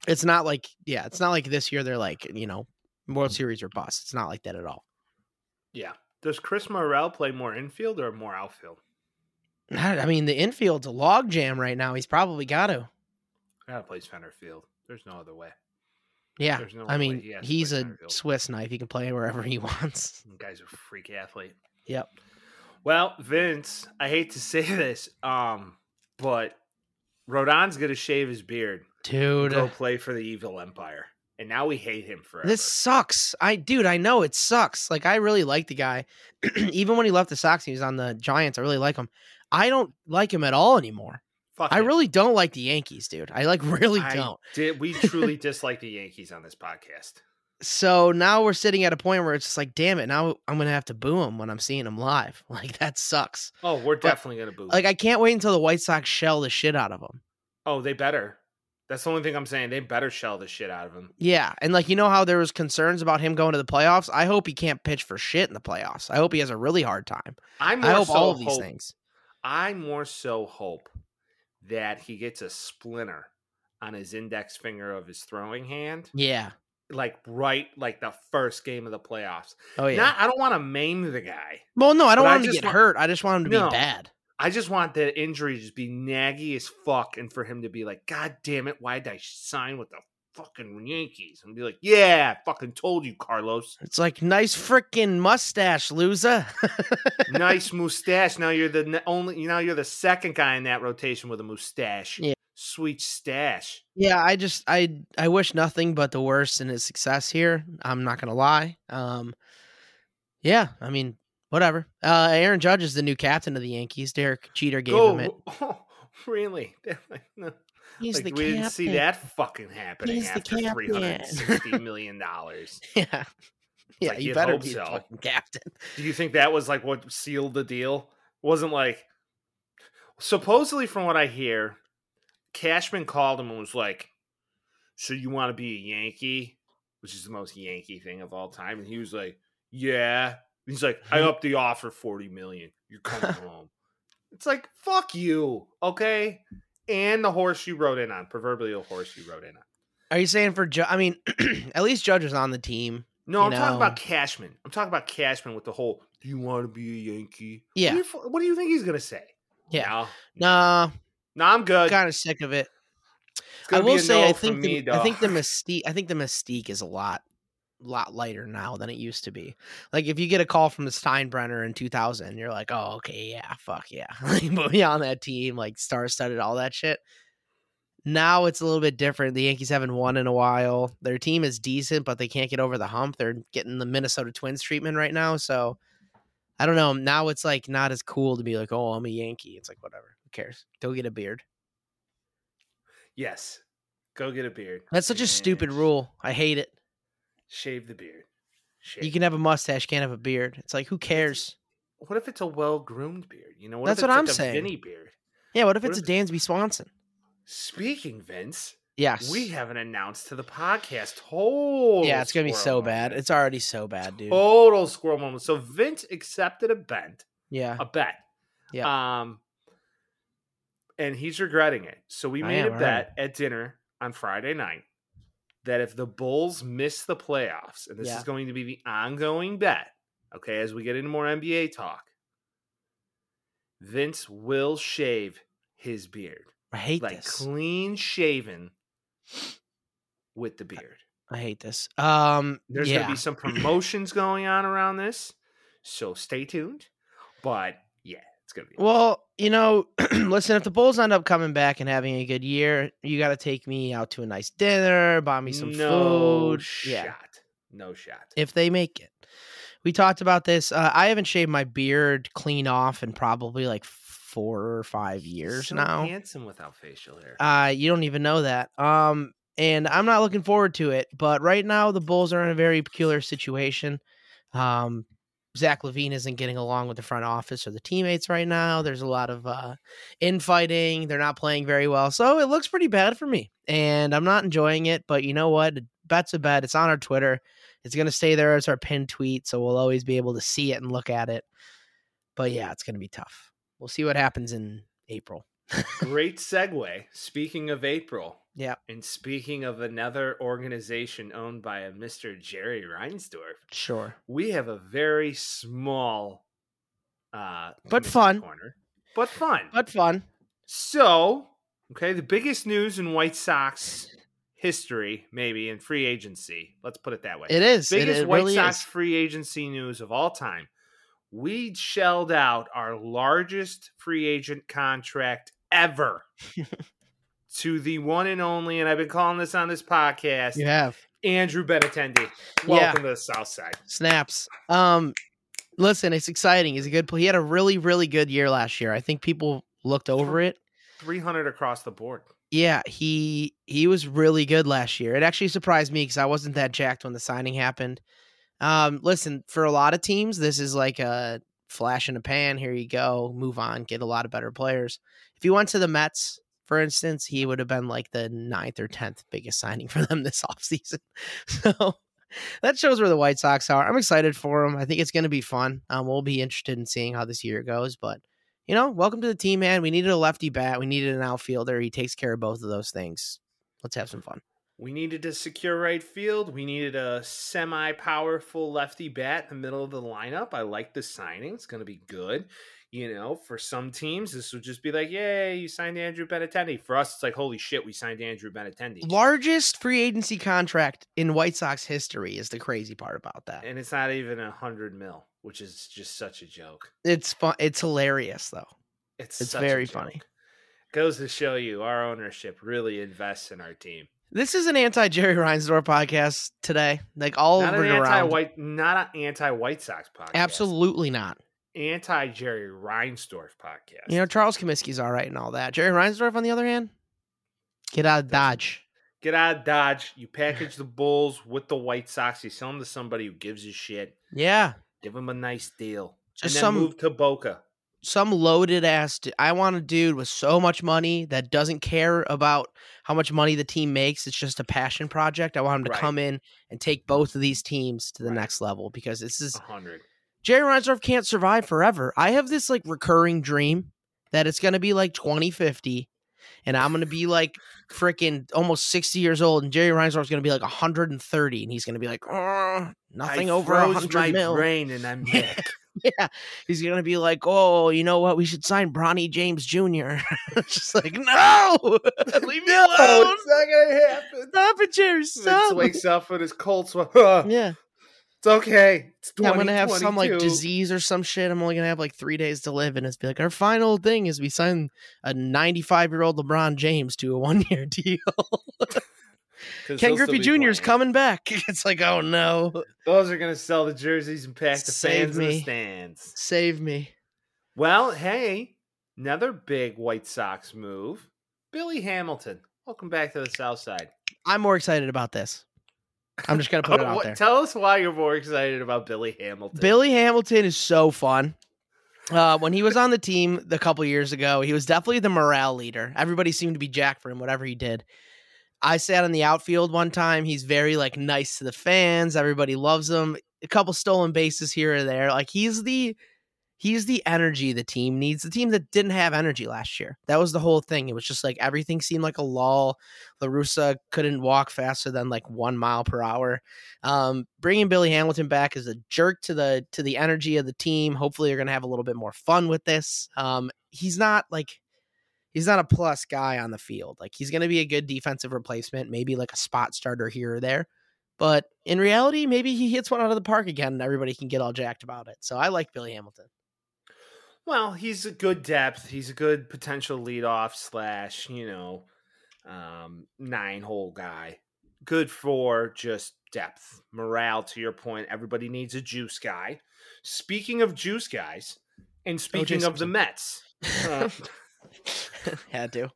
it's not like yeah, it's not like this year they're like you know World Series or bust. It's not like that at all. yeah. Does Chris Morrell play more infield or more outfield? I I mean the infield's a logjam right now. He's probably got to. I gotta play center field. There's no other way. Yeah, There's no I other way mean he has to play he's a center field. Swiss knife. He can play wherever he (laughs) wants. The guy's a freak athlete. Yep. Well, Vince, I hate to say (laughs) this, um, but Rodon's gonna shave his beard, Dude, go play for the evil empire, and now we hate him forever. This sucks. I dude, I know it sucks. Like I really like the guy. (clears throat) Even when he left the Sox, he was on the Giants. I really like him. I don't like him at all anymore. Fuck I him. really don't like the Yankees, dude. I like (laughs) really I don't. Did, we (laughs) truly dislike the Yankees on this podcast? So now we're sitting at a point where it's just like, damn it, now I'm gonna have to boo him when I'm seeing him live. (laughs) Like that sucks. Oh, we're definitely gonna boo. Like I can't wait until the White Sox shell the shit out of him. oh, they better. That's the only thing I'm saying. They better shell the shit out of him. Yeah, and like you know how there was concerns about him going to the playoffs. I hope he can't pitch for shit in the playoffs. I hope he has a really hard time. I, more I hope so all of these hope- things. I more so hope that he gets a splinter on his index finger of his throwing hand, Yeah. like right, like the first game of the playoffs. Oh yeah. Not, I don't want to maim the guy. Well, no, I don't But I want him to just get want- hurt. I just want him to No. be bad. I just want the injury to just be naggy as fuck, and for him to be like, "God damn it, why did I sign with the fucking Yankees?" And be like, "Yeah, I fucking told you, Carlos. It's like nice freaking mustache, loser. (laughs) Nice mustache. Now you're the n- only. Now you're the second guy in that rotation with a mustache. Yeah. Sweet stash. yeah, I just I I wish nothing but the worst in his success here. I'm not gonna lie. Um, yeah, (laughs) I mean whatever. Uh, Aaron Judge is the new captain of the Yankees. Derek Jeter gave him it. Ro- oh, Really? (laughs) They're like, no. He's Like, the we captain. didn't see that fucking happening He's the after captain. three hundred sixty million dollars. (laughs) Yeah. Yeah, Like, you you'd better hope be the so. fucking captain. Do you think that was like what sealed the deal? Wasn't like supposedly from what I hear, Cashman called him and was like, "So you want to be a Yankee?" Which is the most Yankee thing of all time. And he was like, "Yeah." He's like, (laughs) "I upped the offer forty million. You're coming home." It's like, "Fuck you, okay?" And the horse you rode in on, proverbially the horse you rode in on. Are you saying for Judge? I mean, (clears throat) at least Judge was on the team. No, You I'm talking know. about Cashman. I'm talking about Cashman with the whole "Do you want to be a Yankee?" Yeah. You're fu- What do you think he's gonna say? Yeah. No, Nah, no I'm good. kind of sick of it. It's I gonna be will a say, no I from think me, the, I think the dog. mystique I think the mystique is a lot lot lighter now than it used to be. Like if you get a call from the Steinbrenner in 2000, you're like, oh okay, yeah, fuck yeah, (laughs) like put me on that team, like star studded, all that shit. Now it's a little bit different. The Yankees haven't won in a while. Their team is decent, but they can't get over the hump. They're getting the Minnesota Twins treatment right now, so I don't know. Now it's like not as cool to be like, oh, I'm a Yankee. It's like whatever. Who cares? Go get a beard. yes, go get a beard. That's such a stupid Yes. rule. I hate it. Shave the beard. Shave. You can have a mustache, can't have a beard. It's like who cares? What if it's a well groomed beard? You know, what That's if it's what I'm like a saying. Vinny beard. Yeah, what if What it's a if- Dansby Swanson? Speaking, Vince, Yes. we haven't announced to the podcast. Total. yeah, it's gonna be squirrel so bad. moment. It's already so bad, dude. total squirrel moment. So Vince accepted a bent, yeah. a bet. Yeah. Um, and he's regretting it. So we I made am, a I bet at dinner on Friday night that if the Bulls miss the playoffs, and this Yeah. is going to be the ongoing bet, okay, as we get into more NBA talk, Vince will shave his beard, I hate like this. clean shaven with the beard. I hate this. Um There's Uh, yeah. going to be (clears throat) some promotions going on around this, so stay tuned. But yeah, it's going to be well, you know, (clears throat) listen, if the Bulls end up coming back and having a good year, you gotta take me out to a nice dinner, buy me some no food. Shot. Yeah. No shot. If they make it. We talked about this. Uh, I haven't shaved my beard clean off in probably like four or five years so now. Handsome without facial hair. Uh, you don't even know that. Um, and I'm not looking forward to it. But right now, the Bulls are in a very peculiar situation. Um, Zach Levine isn't getting along with the front office or the teammates right now. There's a lot of uh, infighting. They're not playing very well. So it looks pretty bad for me. And I'm not enjoying it. But you know what? Bet's a bet. It's on our Twitter. It's going to stay there as our pinned tweet. So we'll always be able to see it and look at it. But yeah, it's going to be tough. We'll see what happens in April. Great segue. Speaking of April. Yeah. And speaking of another organization owned by a Mr. Jerry Reinsdorf, Sure. we have a very small uh But committee fun. corner. But fun. But fun. so, okay, the biggest news in White Sox (laughs) history, maybe in free agency. Let's put it that way. It is. It- biggest it White really Sox is. free agency news of all time. We shelled out our largest free agent contract (laughs) ever to the one and only, and I've been calling this on this podcast, You have Andrew Benatendi. Yeah. Welcome to the South Side. snaps. Um, listen, it's exciting. He's a good. pl- He had a really, really good year last year. I think people looked over it. 300 across the board. Yeah, he he was really good last year. It actually surprised me because I wasn't that jacked when the signing happened. Um, listen, for a lot of teams, this is like a flash in a pan. Here you go, move on, get a lot of better players. If he went to the Mets, for instance, he would have been like the ninth or tenth biggest signing (laughs) for them this offseason. (laughs) So that shows where the White Sox are. I'm excited for him. I think it's going to be fun. Um, we'll be interested in seeing how this year goes, but you know, welcome to the team, man. We needed a lefty bat. We needed an outfielder. He takes care of both of those things. Let's have some fun. We needed to secure right field. We needed a semi powerful lefty bat in the middle of the lineup. I like the signing. It's going to be good. You know, for some teams, this would just be like, yay, you signed Andrew Benatendi. For us, it's like, holy shit, we signed Andrew Benatendi. Largest free agency contract in White Sox history is the crazy part about that. And it's not even a hundred mil, which is just such a joke. It's fun. It's hilarious though. It's, It's such a very joke. funny. Goes to show you our ownership really invests in our team. This is an anti Jerry Reinsdorf podcast today. Like all not over an and around. anti-white, not an anti-White Sox podcast. Absolutely not. anti Jerry Reinsdorf podcast. You know, Charles Comiskey's all right and all that. Jerry Reinsdorf, on the other hand, get out of Dodge. Get out of Dodge. (laughs) You package the Bulls with the White Sox. You sell them to somebody who gives a shit. Yeah. Give them a nice deal. Just and then some- move to Boca. Some loaded ass. d- I want a dude with so much money that doesn't care about how much money the team makes. It's just a passion project. I want him to Right. come in and take both of these teams to the Right. next level because this is 100. Jerry Reinsdorf can't survive forever. I have this like recurring dream that it's gonna be like 2050, and I'm gonna be like freaking almost 60 years old, and Jerry Reinsdorf's gonna be like 130, and he's gonna be like, "Arr, nothing I over froze 100 my mil. brain and (laughs) I'm (laughs) back. Yeah, he's gonna be like, oh, you know what? We should sign Bronny James Jr. (laughs) It's just like, no, (laughs) leave me alone. Oh, it's not going to happen. Stop it, Jerry. Vince Stop. wakes up with his cold sweat. it's Yeah, okay. It's Yeah, I'm gonna have some like 2022. disease or some shit. I'm only gonna have like three days to live, and it's be like our final thing is we sign a 95 year old LeBron James to a one year (laughs) deal. 'Cause he'll Ken still be Griffey Jr. is playing. coming back. (laughs) It's like, oh no, Those are going to sell the jerseys and pack the Save fans in the me. stands. save me. Well, hey, another big White Sox move. Billy Hamilton, welcome back to the South Side. I'm more excited about this. I'm just gonna (laughs) put it Oh, out what- there. Tell us why you're more excited about Billy Hamilton. Billy Hamilton is so fun. Uh, when he was on the team a couple years ago, he was definitely the morale leader. Everybody seemed to be jack for him, whatever he did. I sat in the outfield one time. He's very like nice to the fans. Everybody loves him. A couple stolen bases here or there. Like he's the he's the energy the team needs. The team that didn't have energy last year. That was the whole thing. It was just like everything seemed like a lull. Larusa couldn't walk faster than like one mile per hour. Um, bringing Billy Hamilton back is a jerk to the to the energy of the team. Hopefully, you're going to have a little bit more fun with this. Um, he's not like he's not a plus guy on the field. Like he's going to be a good defensive replacement, maybe like a spot starter here or there. But in reality, maybe he hits one out of the park again, and everybody can get all jacked about it. So I like Billy Hamilton. Well, he's a good depth. He's a good potential leadoff slash, you know, um, nine hole guy. Good for just depth, morale. To your point, everybody needs a juice guy. Speaking of juice guys, and speaking of the Simpson. Mets, (laughs) uh, (laughs) Had to.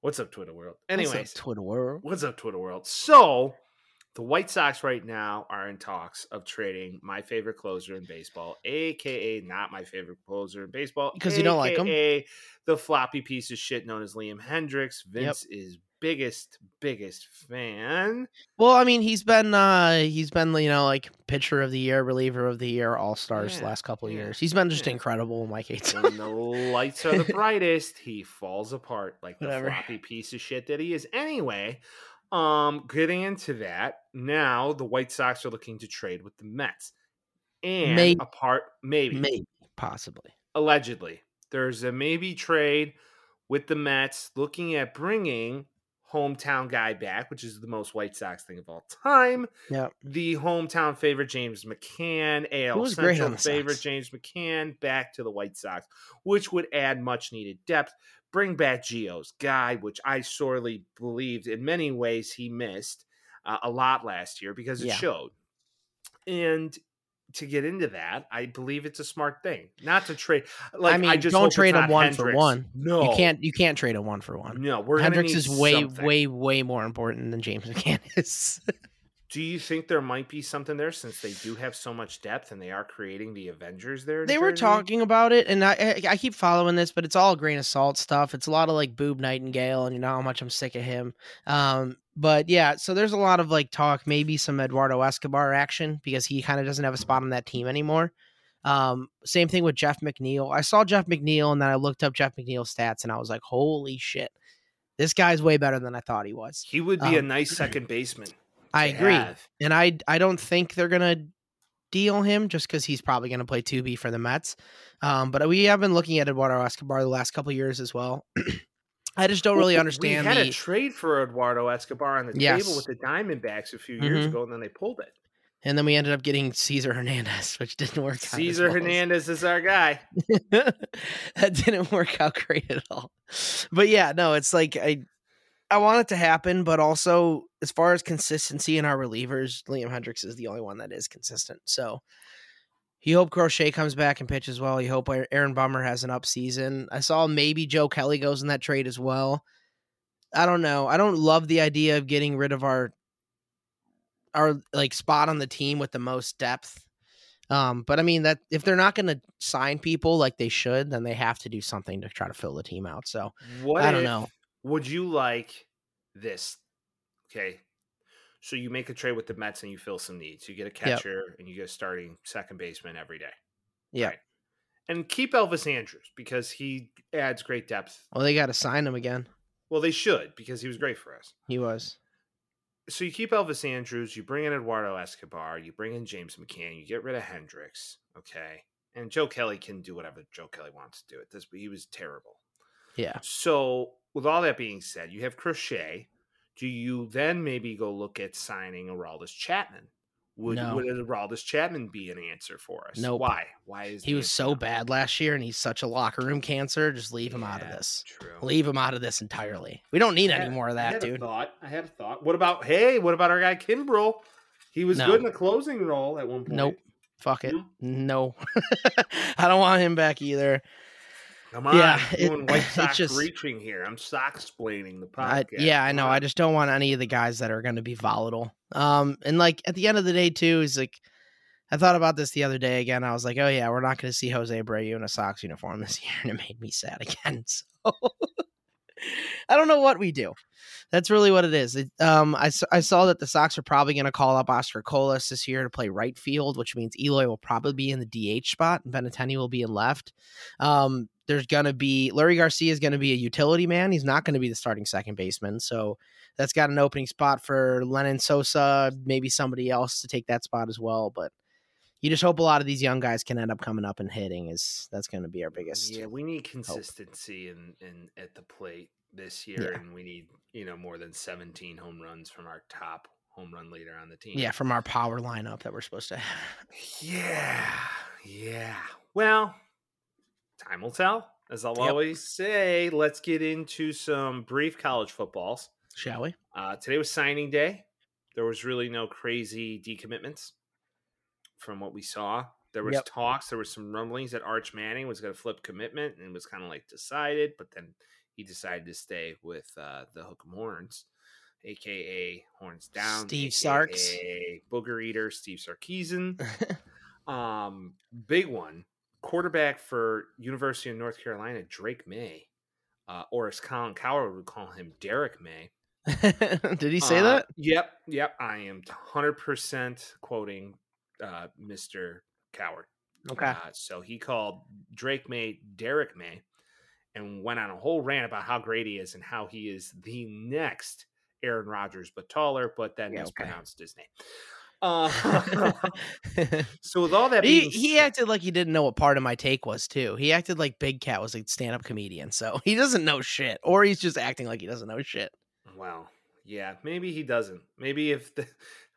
what's up, Twitter world? Anyways, Twitter world. What's up, Twitter world? So, the White Sox right now are in talks of trading my favorite closer in baseball, aka not my favorite closer in baseball, 'Cause you don't like him? aka the floppy piece of shit known as Liam Hendricks. Vince is biggest biggest fan. Well, I mean, he's been uh he's been you know like pitcher of the year, reliever of the year, all stars Yeah, last couple of yeah, years. He's been just yeah. incredible. when Mike hates him. When (laughs) the lights are the brightest, he falls apart like the Whatever. floppy piece of shit that he is. Anyway, um, getting into that now, the White Sox are looking to trade with the Mets. And Maybe. apart, (laughs) Maybe possibly. allegedly there's a maybe trade with the Mets looking at bringing hometown guy back, which is the most White Sox thing of all time. Yeah. The hometown favorite James McCann, AL was great Central on the favorite Sox. James McCann back to the White Sox, which would add much needed depth. Bring back Geo's guy, which I sorely believed in many ways he missed uh, a lot last year because it Yeah. showed. And to get into that, I believe it's a smart thing not to trade. Like, I mean, just don't hope it's trade him not one for Hendricks. one. No, You can't you can't trade a one for one. No, Oh. we're gonna Hendricks need is way something. way way more important than James (laughs) McCann is. Do you think there might be something there since they do have so much depth and they are creating the Avengers there? in they were Jersey? talking about it, and I, I I keep following this, but it's all grain of salt stuff. It's a lot of like Boob Nightingale, and you know how much I'm sick of him. Um, but yeah, so there's a lot of like talk, maybe some Eduardo Escobar action because he kind of doesn't have a spot on that team anymore. Um, same thing with Jeff McNeil. I saw Jeff McNeil, and then I looked up Jeff McNeil's stats, and I was like, holy shit, this guy's way better than I thought he was. He would be a Um, nice (clears throat) second baseman. I to agree have. and I I don't think they're gonna deal him just because he's probably gonna play two B for the Mets. Um, but we have been looking at Eduardo Escobar the last couple of years as well. (clears throat) I just don't really We- understand We had the a trade for Eduardo Escobar on the Yes. table with the Diamondbacks a few years Mhm. ago, and then they pulled it. and then we ended up getting Caesar Hernandez, (laughs) which didn't work. out as Cesar well as- Hernandez is our guy. (laughs) that didn't work out great at all. But yeah, no, it's like I I want it to happen, but also as far as consistency in our relievers, Liam Hendricks is the only one that is consistent. So You hope Crochet comes back and pitches well. You hope Aaron Bummer has an up season. I saw maybe Joe Kelly goes in that trade as well. I don't know. I don't love the idea of getting rid of our our like spot on the team with the most depth. Um, but I mean that if they're not going to sign people like they should, then they have to do something to try to fill the team out. So What I don't if- know. Would you like this? Okay. So you make a trade with the Mets and you fill some needs. You get a catcher and you get a starting second baseman every day. Yeah. Right. And keep Elvis Andrews because he adds great depth. Well, they got to sign him again. Well, they should because he was great for us. He was. So you keep Elvis Andrews, you bring in Eduardo Escobar, you bring in James McCann, you get rid of Hendricks, okay? And Joe Kelly can do whatever Joe Kelly wants to do at this, but he was terrible. Yeah. So, with all that being said, you have Crochet. Do you then maybe go look at signing Araldus Chapman? Would No. would Araldus Chapman be an answer for us? Nope. Why? Why is He the was answer so no? bad last year and he's such a locker room cancer. Just leave him out of Yeah, this. True. Leave him out of this entirely. We don't need I any had- more of I that, had a dude. thought. I had a thought. What about hey? What about our guy Kimbrel? He was No. good in the closing role at one point. Nope. Fuck it. No? No. (laughs) I don't want him back either. Come on, Yeah, yeah, (laughs) it- doing white it's sox just- reaching here. I'm sox splaining the podcast. I, yeah, I Come know. on. I just don't want any of the guys that are going to be volatile. Um, and like at the end of the day, too, is like I thought about this the other day again. I was like, oh yeah, we're not going to see Jose Abreu in a Sox uniform this (laughs) year, and it made me sad again. (laughs) So I don't know what we do. That's really what it is. It, um, I, s- I saw that the Sox are probably going to call up Oscar Colas this year to play right field, which means Eloy will probably be in the DH spot and Benatendi will be in left. Um, there's going to be Larry Garcia is going to be a utility man. He's not going to be the starting second baseman. So that's got an opening spot for Lennon Sosa, maybe somebody else to take that spot as well. But you just hope a lot of these young guys can end up coming up and hitting. Is that's going to be our biggest? Yeah, we Oh. need consistency in, in at the plate this year, Yeah. and we need you know more than 17 home runs from our top home run leader on the team. Yeah, from our power lineup that we're supposed to have. yeah, yeah. Well, time will tell. As I'll Yep. always say, let's get into some brief college footballs. Shall we? (laughs) Uh, today was signing day. There was really no crazy decommitments from what we saw. There was Yep. talks. There was some rumblings that Arch Manning was going to flip commitment and was kind of like decided, but then he decided to stay with uh, the Hook'em Horns, aka Horns Down, Steve Sarkis. aka Booger Eater, Steve (laughs) Sarkeesian. Um, big one. Quarterback for University of North Carolina, Drake May, uh, or as Colin Coward would call him, Derek May. Did he say Uh, that? Yep, yep. I am hundred percent quoting uh, Mr. Coward. Okay. Uh, so he called Drake May Derek May, and went on a whole rant about how great he is and how he is the next Aaron Rodgers, but taller. But then Yeah, okay. mispronounced his name. Uh, (laughs) (laughs) so with all that, he being he said- acted like he didn't know what part of my take was too. He acted like Big Cat was a stand-up comedian, so (laughs) he doesn't know shit, or he's just acting like he doesn't know shit. Well, yeah, maybe he doesn't. Maybe if the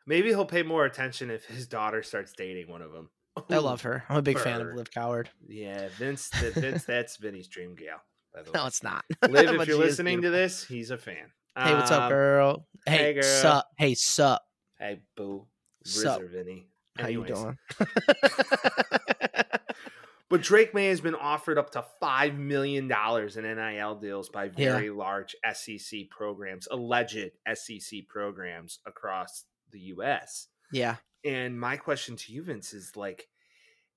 maybe he'll pay more attention if his daughter starts dating one of them. (laughs) I love her. I'm a big fan of Bird. Liv Coward. (laughs) Yeah, Vince. th- Vince, that's Vinny's dream gal. By the way, No, it's not. (laughs) Liv, But if you're she is listening to beautiful. this, he's a fan. hey, what's up, Um, girl? Hey, hey, girl. sup? Hey, sup? Hey, boo, Sup? Rizzer, Vinny. How you Anyways, (laughs) doing? (laughs) But Drake May has been offered up to five million dollars in NIL deals by Yeah. very large SEC programs, alleged SEC programs across the U.S. yeah, And my question to you, Vince, is like,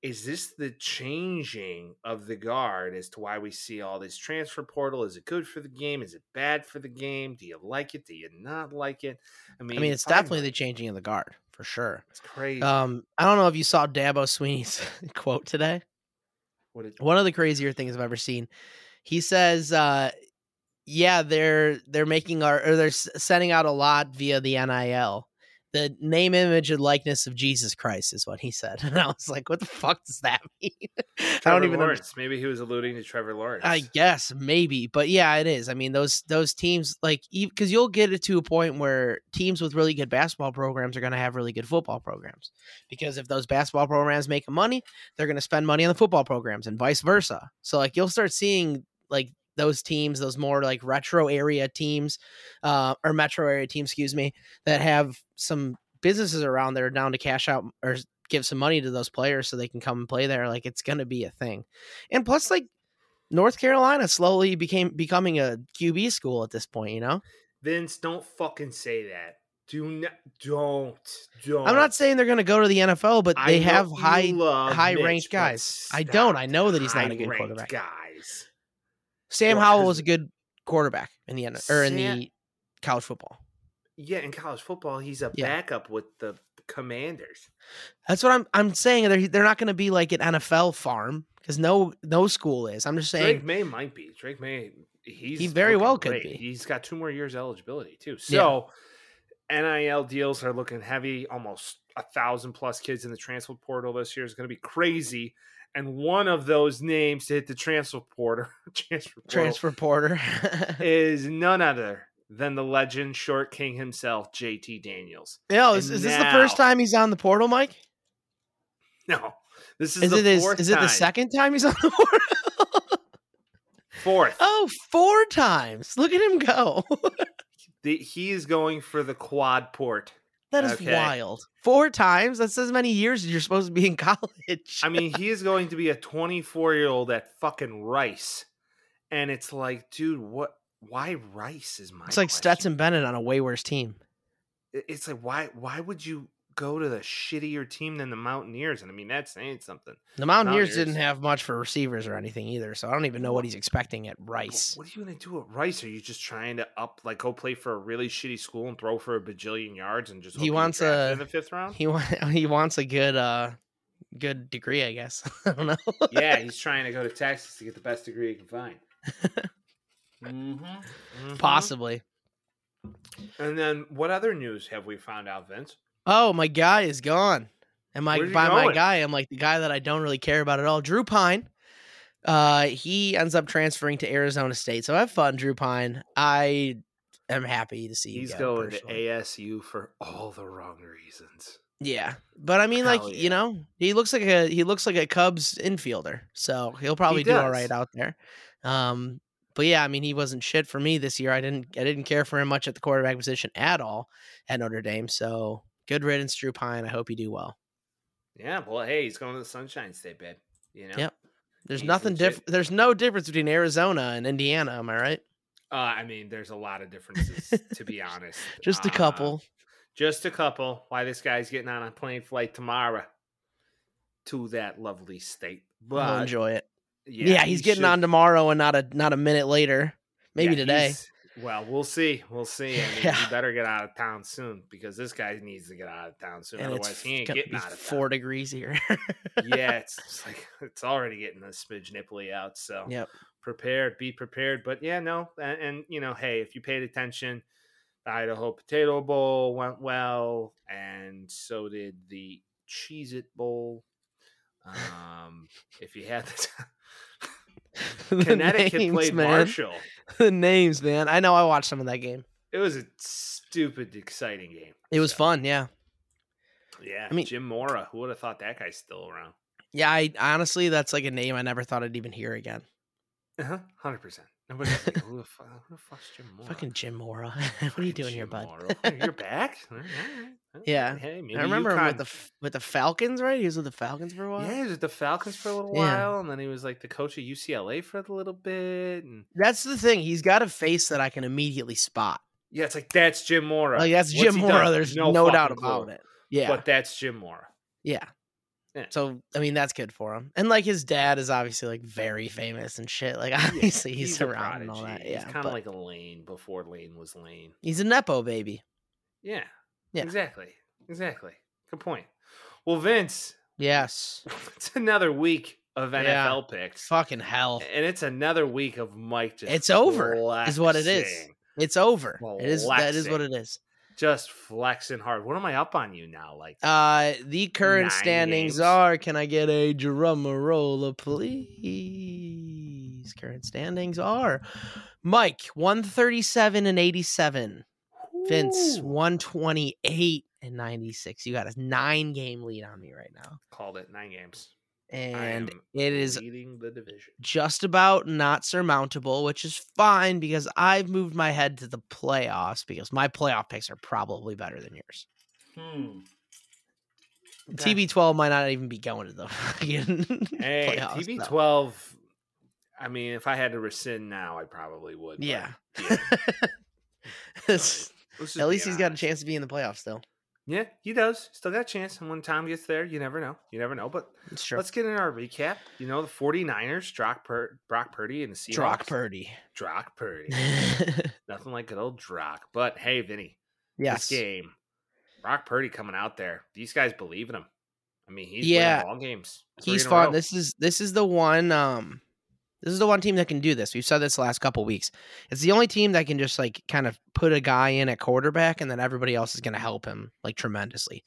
is this the changing of the guard as to why we see all this transfer portal? Is it good for the game? Is it bad for the game? Do you like it? Do you not like it? I mean, it's five definitely the million, changing of the guard for sure. it's crazy. Um, I don't know if you saw Dabo Sweeney's (laughs) quote today. what it, one of the crazier things I've ever seen. He says, uh, "Yeah, they're they're making our or they're s- sending out a lot via the NIL. The name, image, and likeness of Jesus Christ is what he said." (laughs) And I was like, "What the fuck does that (laughs) mean?" I Trevor don't even. understand. Lawrence. Maybe he was alluding to Trevor Lawrence. I guess maybe, but yeah, it is. I mean, those those teams like because you'll get it to a point where teams with really good basketball programs are going to have really good football programs because if those basketball programs make money, they're going to spend money on the football programs and vice versa. So like you'll start seeing like those teams, those more like retro area teams, uh, or metro area teams, excuse me, that have some businesses around that are down to cash out or give some money to those players so they can come and play there. Like it's going to be a thing. And plus, like North Carolina slowly became becoming a QB school at this point. You know, Vince, don't fucking say that. Do not, don't, don't. I'm not saying they're going to go to the NFL, but I they know have you high love high Mitch, ranked but guys. I don't. stop I know that he's not a good high-ranked quarterback. Guys, Sam Well, Howell his- was a good quarterback in the N or in Sam- the college football. yeah, in college football, he's a Yeah. backup with the Commanders. That's what I'm I'm saying. They're they're not going to be like an NFL farm because no no school is. I'm just saying. Drake May might be. Drake May, he's He very looking well could great. be. He's got two more years eligibility too. Yeah. So NIL deals are looking heavy. Almost a thousand plus kids in the transfer portal this year is going to be crazy. And one of those names to hit the transfer portal, (laughs) transfer portal (laughs) Transfer (laughs) porter. is none other than the legend Short King himself, JT Daniels. (laughs) no, is, And is this the first now- time he's on the portal, Mike? No, this is, Is the it his, fourth is it the time. second time he's on the (laughs) portal? Fourth, Oh, four times. Look at him go. (laughs) The- he is going for the quad port. that is Okay. wild. Four times. That's as many years as you're supposed to be in (laughs) college. I mean, he is going to be a 24 year old at fucking Rice, and it's like, dude, what? Why Rice is my? it's like question. Stetson Bennett on a way worse team. I- It's like why? Why would you go to the shittier team than the Mountaineers? And I mean, that's saying something. The Mountaineers, Mountaineers. didn't have much for receivers or anything either, so I don't even know what he's expecting at Wh- Rice. What are you gonna do at Rice? Are you just trying to up, like, go play for a really shitty school and throw for a bajillion yards and just He hope you get wants drafted a- in the fifth round? He wants (laughs) he wants a good uh good degree, I guess. (laughs) I don't Mm-hmm. know. (laughs) yeah, he's trying to go to Texas to get the best degree he can find. mm-hmm. Possibly. And then, what other news have we found out, Vince? Oh, my guy is gone. And my Where's he by my going? guy, I'm like the guy that I don't really care about at all. Drew Pine. Uh he ends up transferring to Arizona State. So have fun, Drew Pine. I am happy to see you. He's go, going personally. to ASU for all the wrong reasons. Yeah. But I mean like, Hell yeah. you know, he looks like a he looks like a Cubs infielder. So he'll probably do all does. right out there. Um but yeah, I mean he wasn't shit for me this year. I didn't I didn't care for him much at the quarterback position at all at Notre Dame. So good riddance, Drew Pine. I hope you do well. Yeah, well, hey, he's going to the Sunshine State, babe. You know, Yep. There's He's nothing legit. different there's no difference between Arizona and Indiana, am I right? uh, I mean, there's a lot of (laughs) differences to be honest. Just a Uh, couple. just a couple. Why this guy's getting on a plane flight tomorrow to that lovely state? I'll But enjoy it. yeah, Yeah, he's he getting should- on tomorrow and not a not a minute later. Maybe yeah, today. he's- Well, we'll see. We'll see. (laughs) I mean, Yeah. he better get out of town soon because this guy needs to get out of town soon. And Otherwise, it's he ain't gonna getting be out of town. four degrees here. (laughs) yeah, it's, it's like (laughs) it's already getting a smidge nipply out. So Yep. prepared, be prepared. But yeah, no, and, and you know, hey, if you paid attention, the Idaho Potato Bowl went well, and so did the Cheez It Bowl. Um, if you (laughs) had the time. The Connecticut names, played man. Marshall. (laughs) The names, man. I know I watched some of that game. It was a stupid, exciting game. It was So, fun, yeah. Yeah, I mean- Jim Mora. Who would have thought that guy's still around? Yeah, I honestly that's like a name I never thought I'd even hear again. Uh-huh, hundred percent. (laughs) Nobody's like, who the fuck, who the fuck's Jim Mora? Fucking Jim Mora. what are (laughs) you Fucking doing here, Jim (laughs) bud? Morrow. Oh, You're back. All right, all (laughs) right, all right. Yeah. Hey, maybe I remember him UConn. with the F- with the Falcons, right? He was with the Falcons for a while. (laughs) yeah, he was with the Falcons for a little Yeah. while, and then he was like the coach of UCLA for a little bit. And That's the thing. He's got a face that I can immediately spot. yeah, it's like that's Jim Mora. Like that's What's Jim he Mora. done? There's no, doubt fucking about clue. it. Yeah. But that's Jim Mora. yeah. Yeah. So I mean that's good for him, and like his dad is obviously like very famous and shit. Like (laughs) obviously he's, a around and all prodigy. that. Yeah, he's kind but of like a Lane before Lane was Lane. he's a nepo baby. Yeah, Yeah. exactly, exactly. Good point. Well, Vince, (laughs) Yes, it's another week of NFL Yeah. picks, fucking hell, and it's another week of Mike. Just It's over, is what it is. flexing. it's over. It is that is what Relaxing. it is. just flexing hard. What am I up on you now? Like, Uh, the current Nine standings games. are. Can I get a Drumarola, please? Current standings are Mike one thirty seven and eighty seven. Vince Ooh. one twenty eight and ninety six. You got a nine game lead on me right now, called it nine games, I and am it is leading the division. just about not surmountable, which is fine because I've moved my head to the playoffs because my playoff picks are probably better than yours. Okay. TB12 might not even be going to the (laughs) fucking Hey, playoffs, TB though. twelve. I mean, if I had to rescind now, I probably would. but Yeah. (laughs) yeah. (laughs) It's- let's just (laughs) At be least he's got a honest. chance to be in the playoffs still. Yeah, he does. Still got a chance. And when Tom gets there, you never know. You never know. But It's true. let's get in our recap. You know, the 49ers, Brock, Pur- Brock Purdy, and the Seahawks. Drock Purdy. Brock (laughs) Purdy. yes. Nothing like good old Brock. But hey, Vinny, this game, Brock Purdy coming out there. These guys believe in him. I mean, he's Yeah. winning ball games. Three he's in a fought row. this is this is the one um this is the one team that can do this we've said this the last couple weeks it's the only team that can just like kind of put a guy in at quarterback and then everybody else is going to help him like tremendously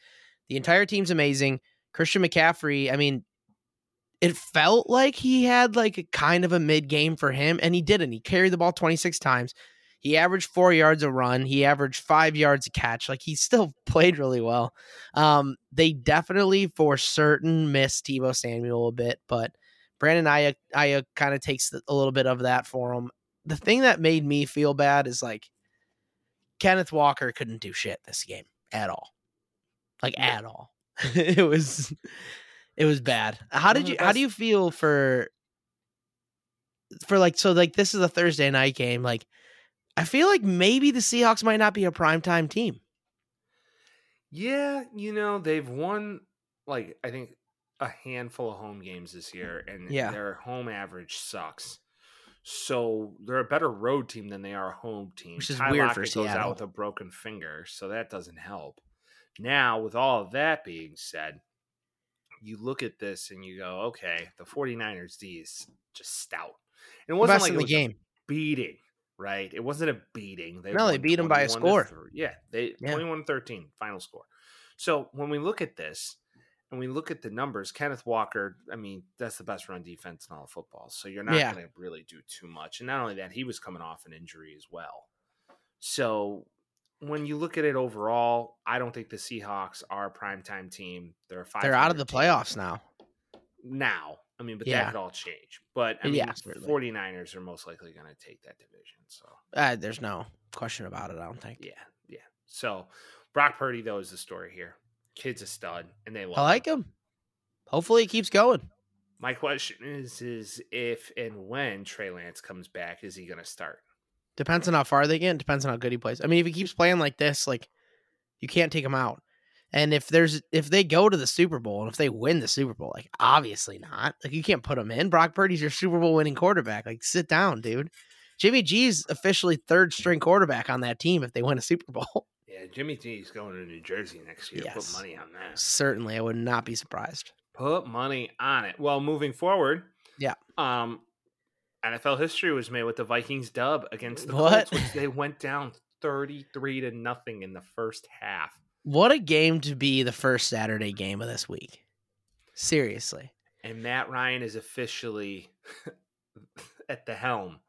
the entire team's amazing christian mccaffrey i mean it felt like he had like a kind of a mid game for him and he didn't he carried the ball 26 times he averaged four yards a run he averaged five yards a catch like he still (laughs) played really well um, they definitely, for certain, miss Tebow Samuel a bit, but Brandon Ayuk Ayuk kind of takes the- a little bit of that for him. The thing that made me feel bad is like Kenneth Walker couldn't do shit this game at all, like at all. (laughs) it was it was bad. One How of did the you how best- do you feel for for like so like this is a Thursday night game like. I feel like maybe the Seahawks might not be a primetime team. Yeah, you know, they've won like I think a handful of home games this year and Yeah. their home average sucks. So they're a better road team than they are a home team. Which is weird for goes out Seattle. with a broken finger, so that doesn't help. Now, with all of that being said, you look at this and you go, okay, the 49ers D is just stout. And it wasn't Best like in it the was a game. beating, right? It wasn't a beating. They No, they won beat 'em by a 21 to score. three. Yeah, they Yeah. 21-13 final score. So when we look at this and we look at the numbers, Kenneth Walker, I mean, that's the best run defense in all of football. So you're not Yeah. going to really do too much. And not only that, he was coming off an injury as well. So when you look at it overall, I don't think the Seahawks are a primetime team. They're a They're out 500 of the team playoffs now. now. I mean, but that Yeah. could all change. But I mean, Yeah, absolutely. 49ers are most likely going to take that division. So, Uh, there's no question about it. I don't think. yeah, yeah. So, Brock Purdy, though, is the story here. Kid's a stud, and they love I like him. Hopefully, he keeps going. My question is, is if and when Trey Lance comes back, is he going to start? Depends on how far they get. Depends on how good he plays. I mean, if he keeps playing like this, like you can't take him out. And if there's if they go to the Super Bowl and if they win the Super Bowl, like obviously not. Like you can't put him in. Brock Purdy's your Super Bowl winning quarterback. Like sit down, dude. Jimmy G's officially third string quarterback on that team if they win a Super Bowl. (laughs) Yeah, Jimmy G's going to New Jersey next year. Put Yes. money on that. Certainly, I would not be surprised. Put money on it. Well, moving forward, Yeah. Um, NFL history was made with the Vikings dub against the Colts, What? which they went down thirty-three to nothing in the first half. What a game to be the first Saturday game of this week. Seriously. and Matt Ryan is officially (laughs) at the helm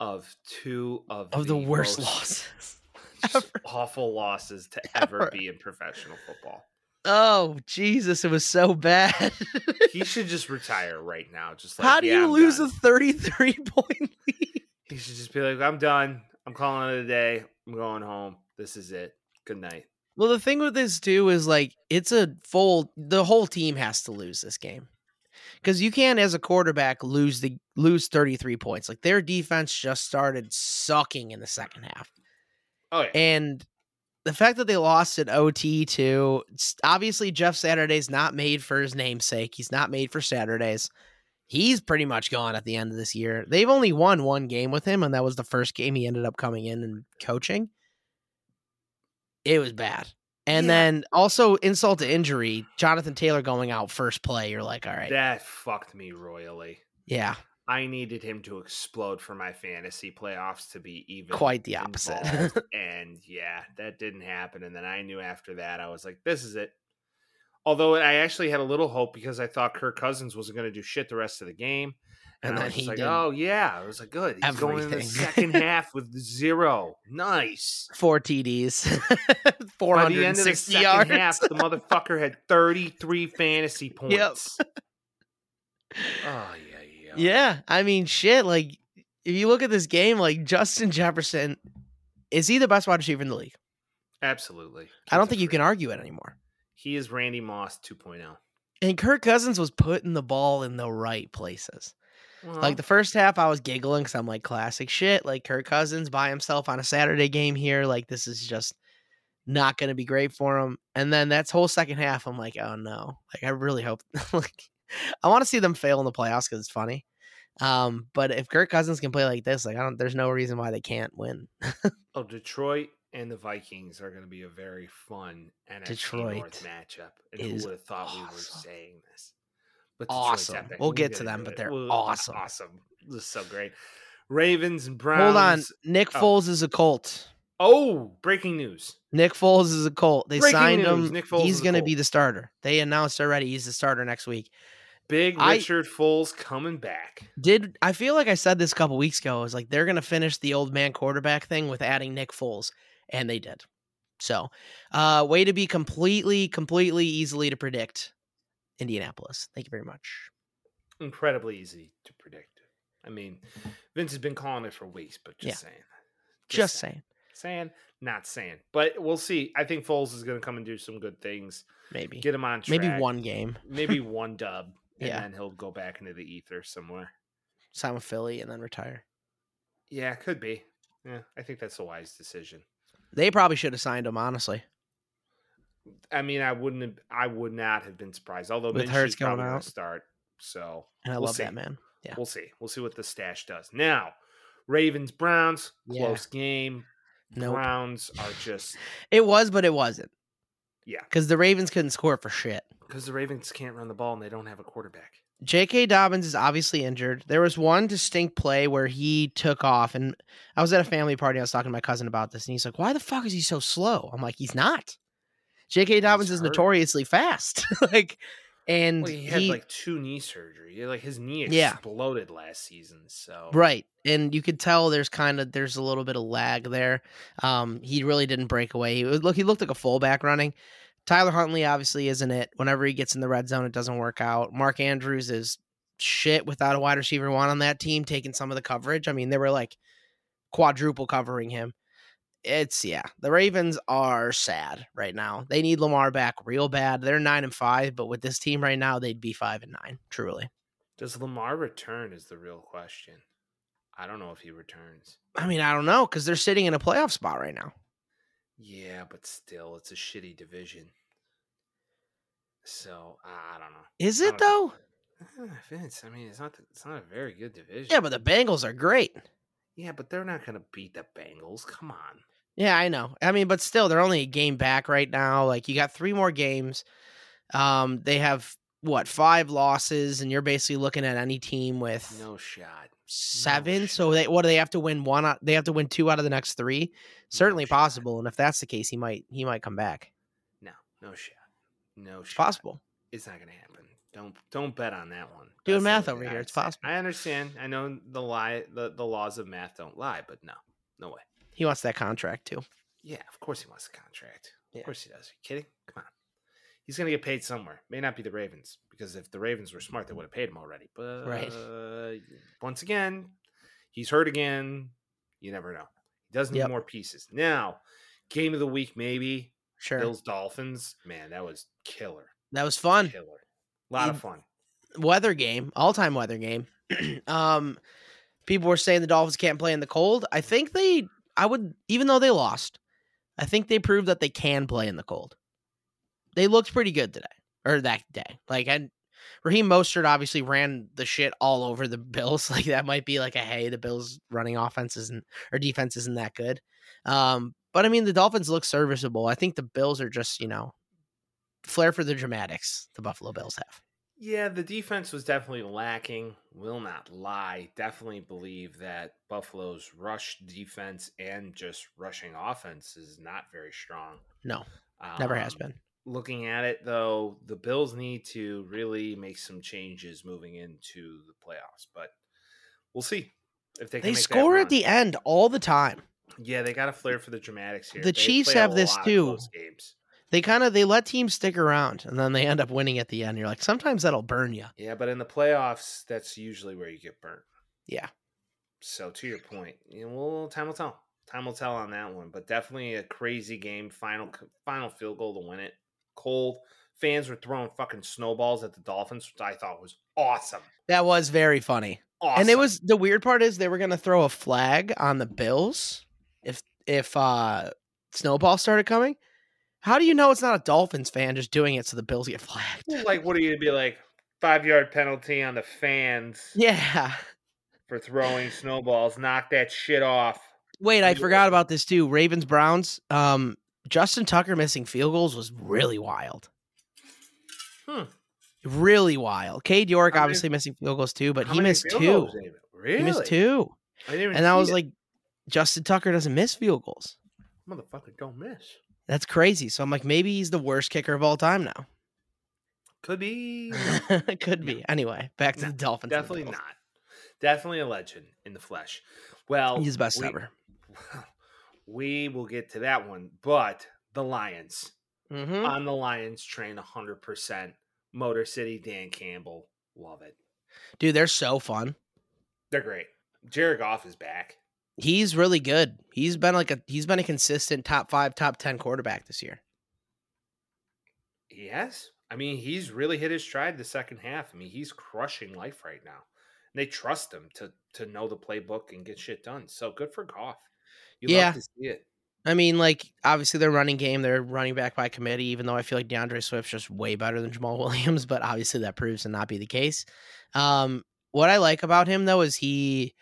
of two of, of the, worst most losses. (laughs) just ever. awful losses to (laughs) ever, Ever. be in professional (laughs) football. Oh Jesus, it was so bad. (laughs) He should just retire right now. Just like, How do "Yeah, you I'm lose done." a 33 (laughs) point lead? He should just be like, "I'm done. I'm calling it a day. I'm going home. This is it. Good night." Well, the thing with this too is like it's a full the whole team has to lose this game. Cuz you can't as a quarterback lose the lose 33 points. Like their defense just started sucking in the second half. Oh yeah, And the fact that they lost at OT too, it's- obviously Jeff Saturday's not made for his namesake. He's not made for Saturdays. He's pretty much gone at the end of this year. They've only won one game with him, and that was the first game he ended up coming in and coaching. It was bad. And Yeah. then also insult to injury, Jonathan Taylor going out first play. You're like, all right, that fucked me royally. yeah, I needed him to explode for my fantasy playoffs to be even quite the opposite. (laughs) involved, and yeah, that didn't happen. And then I knew after that, I was like, this is it. Although I actually had a little hope because I thought Kirk Cousins wasn't going to do shit the rest of the game. And, I And then was just he like, did oh, yeah. I was like, good. He's going in the everything. (laughs) second half with zero. Nice. Four (laughs) TDs, By the end of the 460 second yards. half, the motherfucker had 33 (laughs) fantasy points. Oh, yeah, yeah. Yeah, I mean, shit. Like, if you look at this game, like Justin Jefferson, is he the best wide receiver in the league? Absolutely. I don't He's a think you freak. can argue it anymore. He is Randy Moss oh. 2.0. And Kirk Cousins was putting the ball in the right places. Well, Like the first half, I was giggling because I'm like, classic shit. Like Kirk Cousins by himself on a Saturday game here. Like this is just not going to be great for him. And then that's whole second half, I'm like, oh no. Like I really hope. (laughs) like I want to see them fail in the playoffs because it's funny. Um, but if Kirk Cousins can play like this, like I don't, there's no reason why they can't win. oh, Detroit and the Vikings are going to be a very fun NFC Detroit North matchup. And who is would have thought we were awesome. saying this? But Detroit's Awesome. epic. We'll We get gotta to them, do but it. they're Well, awesome. Awesome. This is so great. Ravens and Browns. Hold on, Nick oh. Foles is a Colt. Oh, breaking news. Nick Foles is a Colt. They Breaking signed news, him. Nick Foles is he's a going to be Colt. the starter. They announced already he's the starter next week. Big I- Richard Foles coming back. Did I feel like I said this a couple weeks ago? I was like, they're going to finish the old man quarterback thing with adding Nick Foles, and they did. So, uh, way to be completely, completely easily to predict Indianapolis. Thank you very much. Incredibly easy to predict. I mean, Vince has been calling it for weeks, but just saying. Just saying, saying, not saying, but we'll see. I think Foles is going to come and do some good things. maybe, Get him on track. maybe one game, (laughs) maybe one dub, and Yeah. then he'll go back into the ether somewhere. sign with Philly, and then retire. Yeah, could be. Yeah, I think that's a wise decision. They probably should have signed him, honestly. I mean, I wouldn't, have, I would not have been surprised. Although With Minshew's Hurts going probably gonna out. start, so And I We'll love see. that man. Yeah. we'll see. We'll see what the stash does. Now, Ravens Browns Yeah. close game. No, Browns are just it was, but it wasn't yeah, because the Ravens couldn't score for shit. because the Ravens can't run the ball and they don't have a quarterback. J.K. Dobbins is obviously injured. There was one distinct play where he took off, and I was at a family party. I was talking to my cousin about this, and he's like, "Why the fuck is he so slow?" I'm like, "He's not." J.K. Dobbins is hurt. notoriously fast, (laughs) like, and Well, he he, had like two knee surgery. Like his knee Yeah. exploded last season. So right, and you could tell there's kind of there's a little bit of lag there. Um, he really didn't break away. He was, look, he looked like a fullback running. Tyler Huntley obviously isn't it. Whenever he gets in the red zone, it doesn't work out. Mark Andrews is shit without a wide receiver one on that team taking some of the coverage. I mean, they were like quadruple covering him. It's yeah, the Ravens are sad right now. They need Lamar back real bad. They're nine and five, but with this team right now, they'd be five and nine. Truly, Does Lamar return is the real question. I don't know if he returns. I mean, I don't know because they're sitting in a playoff spot right now. Yeah, but still, it's a shitty division. So I I don't know. Is I it don't know. though? Ah, Vince, I mean, it's not th- it's not a very good division. Yeah, but the Bengals are great. yeah, but they're not gonna beat the Bengals. Come on. Yeah, I know. I mean, but still, they're only a game back right now. Like, you got three more games. Um, they have what five losses, and you're basically looking at any team with No shot. seven. shot. so they what do they have to win one? Out, they have to win two out of the next three. Certainly shot. possible. And if that's the case, he might he might come back. No, no shot. No It's shot. possible. It's not gonna happen. Don't don't bet on that one. That's Doing the math only over thing here, I'd it's say. possible. I understand. I know the lie the, the laws of math don't lie, but no. No way. He wants that contract too. Yeah, of course he wants the contract. Yeah. Of course he does. Are you kidding? Come on. He's going to get paid somewhere. May not be the Ravens because if the Ravens were smart, they would have paid him already. But Right. once again, he's hurt again. You never know. He does need Yep. more pieces. Now, game of the week, maybe Sure. Bills Dolphins. Man, that was killer. that was fun. Killer. A lot of It- fun. Weather game, all time weather game. (clears throat) um people were saying the Dolphins can't play in the cold. I think they I would even though they lost, I think they proved that they can play in the cold. They looked pretty good today. Or that day. Like and Raheem Mostert obviously ran the shit all over the (laughs) Bills. Like that might be like a hey, the Bills running offense isn't or defense isn't that good. Um, but I mean the Dolphins look serviceable. I think the Bills are just, you know, flair for the dramatics the Buffalo Bills have. Yeah, the defense was definitely lacking. Will not lie. Definitely believe that Buffalo's rush defense and just rushing offense is not very strong. No, Never has Um, been. Looking at it though, the Bills need to really make some changes moving into the playoffs, but we'll see if they can They make that score run. at the end all the time. yeah. They got a flair for the dramatics here. They The Chiefs play a have this, lot of too. close games. They kind of they let teams stick around and then they end up winning at the end. You're like, sometimes that'll burn you. Yeah, but in the playoffs, that's usually where you get burnt. Yeah. So to your point, you know, well, time will tell. Time will tell on that one, but definitely a crazy game. Final c- final field goal to win it. cold. Fans were throwing fucking snowballs at the Dolphins, which I thought was awesome. That was very funny. Awesome. And it was the weird part is they were gonna throw a flag on the Bills if if uh Snowball started coming. How do you know it's not a Dolphins fan just doing it so the Bills get flagged? like, what are you to be like? Five yard penalty on the fans Yeah. for throwing snowballs. Knock that shit off. Wait, I Yeah. forgot about this too. Ravens Browns. Um, Justin Tucker missing field goals was really wild. Hmm. Really wild. Cade York How many- obviously missing field goals too, but How he many missed field two. goals, David? Really? He missed two, I didn't even and I see was it. like, Justin Tucker doesn't miss field goals. motherfucker, don't miss. That's crazy. So I'm like, maybe he's the worst kicker of all time now. Could (laughs) be. Could No. be. Anyway, back to No, the Dolphins. and the Definitely Bills. not. Definitely a legend in the flesh. Well, He's the best we- ever. (laughs) We will get to that one, but the Lions hmm on the Lions train 100%. Motor City, Dan Campbell, love it. Dude, they're so fun. They're great. Jared Goff is back. He's really good. He's been like a he's been a consistent top five, top ten quarterback this year. Yes. I mean, he's really hit his stride the second half. I mean, he's crushing life right now. And they trust him to to know the playbook and get shit done. So good for Goff. You Yeah. love to see it. I mean, like obviously their running game, they're running back by committee. Even though I feel like DeAndre Swift's just way better than Jamal (laughs) Williams, but obviously that proves to not be the case. Um, what I like about him though is he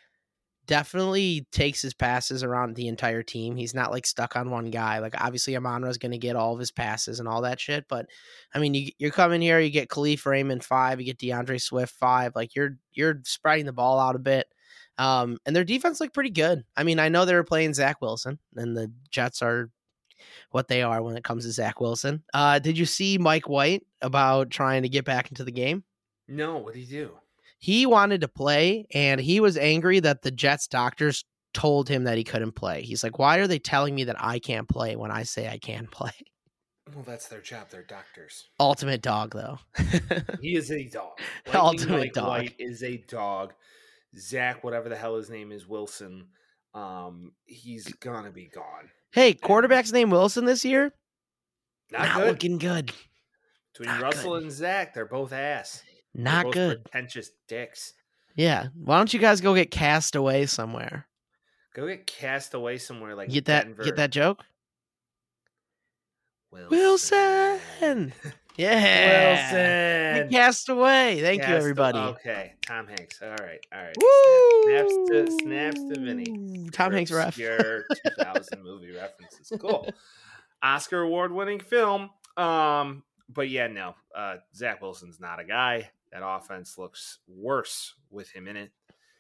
definitely takes his passes around the entire team. He's not like stuck on one guy. Like obviously Amonra's going to get all of his passes and all that shit, but I mean, you, you're coming here, you get Khalif Raymond five, you get DeAndre Swift five. Like you're you're spreading the ball out a bit. Um, and their defense looked pretty good. I mean, I know they were playing Zach Wilson, and the Jets are what they are when it comes to Zach Wilson. Uh, did you see Mike White about trying to get back into the game? No, what do you do? He wanted to play, and he was angry that the Jets doctors told him that he couldn't play. He's like, "Why are they telling me that I can't play when I say I can (laughs) play?" Well, that's their job. They're doctors. Ultimate dog, though. (laughs) He is a dog. The Lightning ultimate Mike dog. White is a dog. Zach, whatever the hell his name is, Wilson. Um, he's gonna be gone. hey, quarterback's name Wilson this year. Not, not good. looking good. Between not Russell good. and Zach, they're both ass. They're Not both good. Pretentious dicks. Yeah. Why don't you guys go get cast away somewhere? Go get cast away somewhere like Get that Denver. get that joke? (laughs) Wilson. Yeah. Wilson. Get Cast away. Thank Cast you a- everybody. okay, Tom Hanks. All right, all right. Snaps, Woo! snaps to snaps to Vinny. Tom Hanks ref. (laughs) Your 2000 movie references. Cool. Oscar award winning film. Um, but yeah, no. Uh, Zach Wilson's not a guy. That offense looks worse with him in it,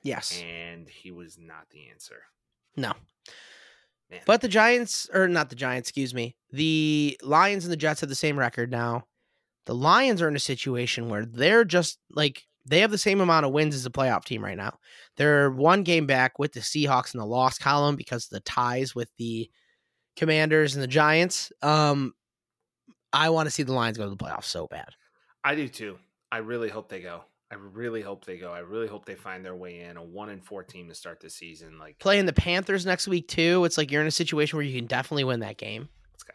Yes. and he was not the answer. No. Man. But the Giants or not the Giants, excuse me. The Lions and the Jets have the same record now. The Lions are in a situation where they're just like they have the same amount of wins as the playoff team right now. They're one game back with the Seahawks in the loss column because of the ties with the Commanders and the Giants. Um I want to see the Lions go to the playoffs so bad. I do too. I really hope they go. I really hope they go. I really hope they find their way in a one and four team to start the season. Like, Playing the Panthers next week too. It's like you're in a situation where you can definitely win that game. let's go.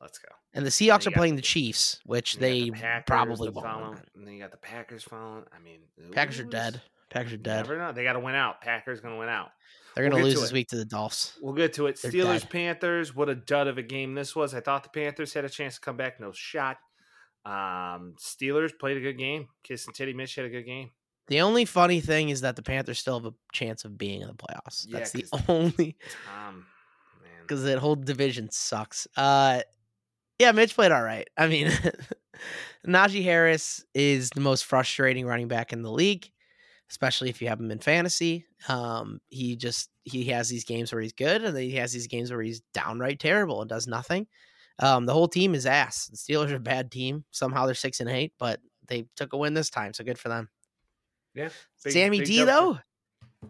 Let's go. And the Seahawks you are got- playing the Chiefs, which And you they got the Packers probably to won't. win follow, that. And then you got the Packers following. I mean, Packers are ooh, dead. Packers are You dead. Never know. They got to win out. Packers going to win out. They're gonna We'll get lose to this it. week to the Dolphs. We'll get to it. They're Steelers, dead. Panthers. What a dud of a game this was. I thought the Panthers had a chance to come back. No shot. Um, Steelers played a good game. Kiss and Titty Mitch had a good game. The only funny thing is that the Panthers still have a chance of being in the playoffs. Yeah, That's the 'cause- (laughs) only Tom, Um, man. because that whole division sucks. Uh, yeah, Mitch played all right. I mean, (laughs) Najee Harris is the most frustrating running back in the league, especially if you have him in fantasy. Um, he just he has these games where he's good, and then he has these games where he's downright terrible and does nothing. Um, the whole team is ass. The Steelers are a bad team. Somehow they're six and eight, but they took a win this time, so good for them. Yeah, big- Sammy big D dub for- though,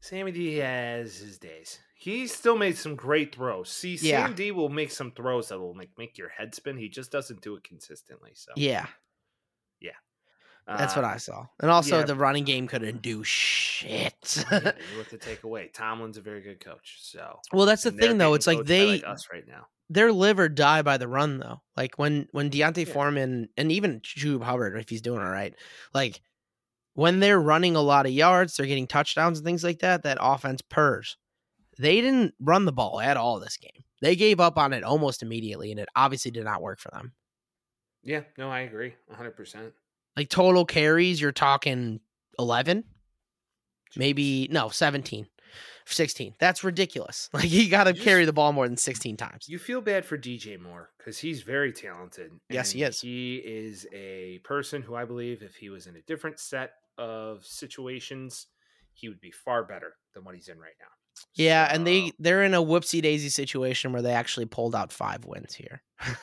Sammy D has his days. He still made some great throws. See, Yeah. Sam D will make some throws that will make, make your head spin. He just doesn't do it consistently. So yeah, that's uh, (laughs) what I (laughs) saw. And also, yeah. the running game couldn't do shit. (laughs) yeah, you have to take away. Tomlin's a very good coach. So Well, that's the and they're thing, getting though. It's like coached by, they us right now. they're live or die by the run though. Like when when Deontay Yeah. Foreman and even Jube Hubbard, if he's doing all right, like when they're running a lot of yards, they're getting touchdowns and things like that. That offense purrs. They didn't run the ball at all this game. They gave up on it almost immediately, and it obviously did not work for them. Yeah, no, I agree, 100. percent Like total carries, you're talking eleven, maybe no 17, 16. That's ridiculous. (laughs) Like you got to Just- carry the ball more than sixteen times. You feel bad for DJ Moore because he's very talented. Yes, and he is. He is a person who I believe, if he was in a different set of situations, he would be far better than what he's in right now. Yeah, and So- they they're in a whoopsie daisy situation where they actually pulled out five wins here. (laughs)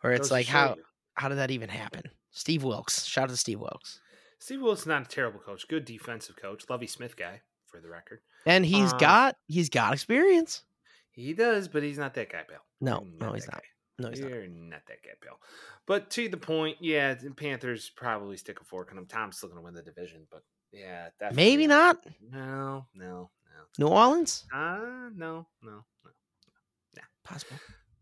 where it's goes to like show how you. how did that even happen? Steve Wilkes. Shout out to Steve Wilkes. Steve Willis not a terrible coach, good defensive coach, Lovey Smith guy for the record. And he's Uh, got he's got experience. He does, but he's not that guy, pal. No, You're no, he's mm, that not. guy. No, he's not. You're not that guy, pal. But to the point, yeah, the Panthers probably stick a fork in him. Tom's still going to win the division, but yeah, definitely Maybe not. No, no, no. New Orleans? Uh, no, no, no. Possible.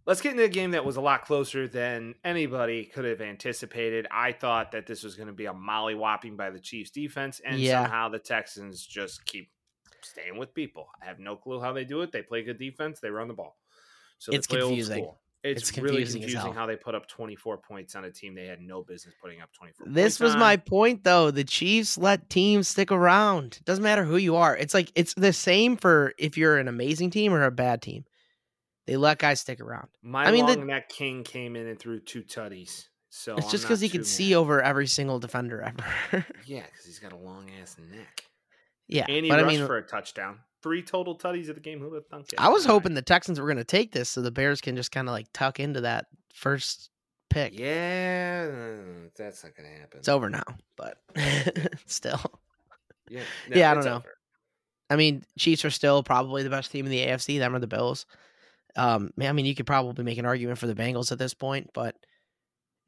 Let's get into a game that was a lot closer than anybody could have anticipated. I thought that this was going to be a molly whopping by the Chiefs defense, and Yeah. somehow the Texans just keep staying with people. I have no clue how they do it. They play good defense, they run the ball. So they It's play old confusing. school. It's, It's really confusing as hell. confusing how they put up 24 points on a team they had no business putting up 24 This points was on. my point though. The Chiefs let teams stick around. It doesn't matter who you are. It's like it's the same for if you're an amazing team or a bad team. They let guys stick around. my I mean, the- long neck king came in and threw two tutties. So it's I'm just because not he can too see mad. over every single defender ever. (laughs) Yeah, because he's got a long ass neck. yeah, And he but I rushed mean, for a touchdown. Three total tutties of the game. Who would have thunk it? I was Come on. hoping the Texans were going to take this so the Bears can just kind of like tuck into that first pick. Yeah, no, that's not going to happen. It's over now, but (laughs) still, yeah, Yeah, I don't it's know. over. I mean, Chiefs are still probably the best team in the AFC. Them or the Bills. Um, man, I mean, you could probably make an argument for the Bengals at this point, but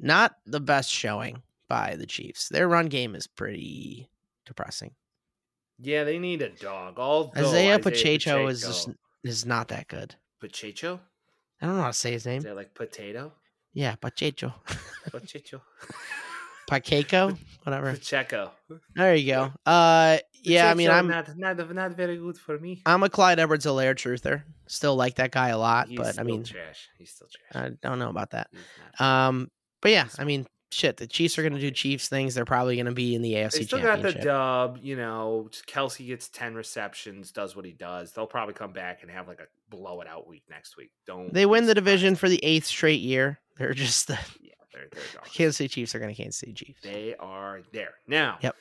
not the best showing by the Chiefs. Their run game is pretty depressing. Yeah, they need a dog. Although Isaiah, Pacheco is just Pacheco- is not that good. Pacheco. I don't know how to say his Is name. that like potato? Yeah, Pacheco. (laughs) Pacheco. Pacheco, (laughs) whatever. Pacheco. There you go. Uh, yeah, I mean, Pacheco I'm not not not very good for me. I'm a Clyde edwards helaire truther. Still like that guy a lot, He's but I still mean, trash. He's still trash. I don't know about that. He's not- Um, but yeah, He's I mean, shit. The Chiefs are gonna do Chiefs things. They're probably gonna be in the AFC They still got the championship. dub, you know. Kelsey gets ten receptions, does what he does. They'll probably come back and have like a blow it out week next week. Don't they be win the surprised. division for the eighth straight year. They're just the (laughs) Yeah, they're, they're dogs. Kansas City Chiefs are gonna Kansas City Chiefs. They are there now. Yep.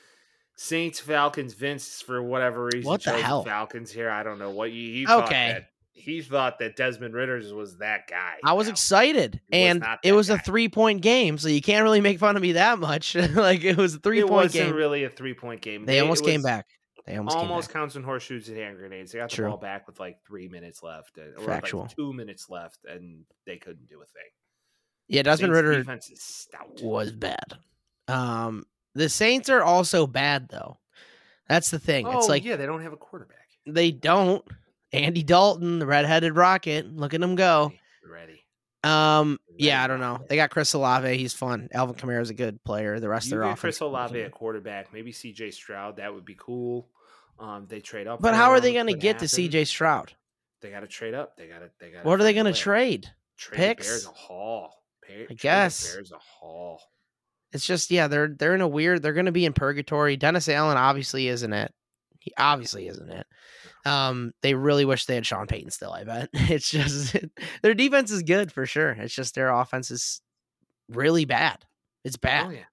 Saints, Falcons, Vince for whatever reason. What the chose hell? Falcons here. I don't know what you. He thought Okay. that- he thought that Desmond Ritters was that guy. I was Now, excited, was and not it that was a guy. three point game, so you can't really make fun of me that much. (laughs) like it was a three It point wasn't game. really a three point game. they It almost came was back. They almost, Almost, came back. counts in horseshoes and hand grenades. They got the True. ball back with like three minutes left, and- or with, Factual. like two minutes left, and they couldn't do a thing. Yeah, Desmond Saints Ritter defense is stout. was bad. Um, the Saints are also bad though. That's the thing. Oh it's like yeah, they don't have a quarterback. they don't. Andy Dalton, the redheaded rocket. Look at him go. ready. Um, yeah, Redheaded I don't know. rocket. They got Chris Olave. He's fun. Alvin Kamara is a good player. The rest you of their get offense. Chris Olave really at good. quarterback, maybe C.J. Stroud. That would be cool. Um, they trade up, But for how are him, they going to could get to happen. C.J. Stroud? They got to trade up. They got to. They got. What are they going to trade? Trade the Picks? Bears a haul. Bear, trade the guess. Bears a haul. It's just yeah, they're they're in a weird. They're going to be in purgatory. Dennis Allen obviously isn't it. He obviously isn't it. Um, they really wish they had Sean Payton still. I bet (laughs) it's just their defense is good for sure. It's just their offense is really bad. It's bad. Oh yeah.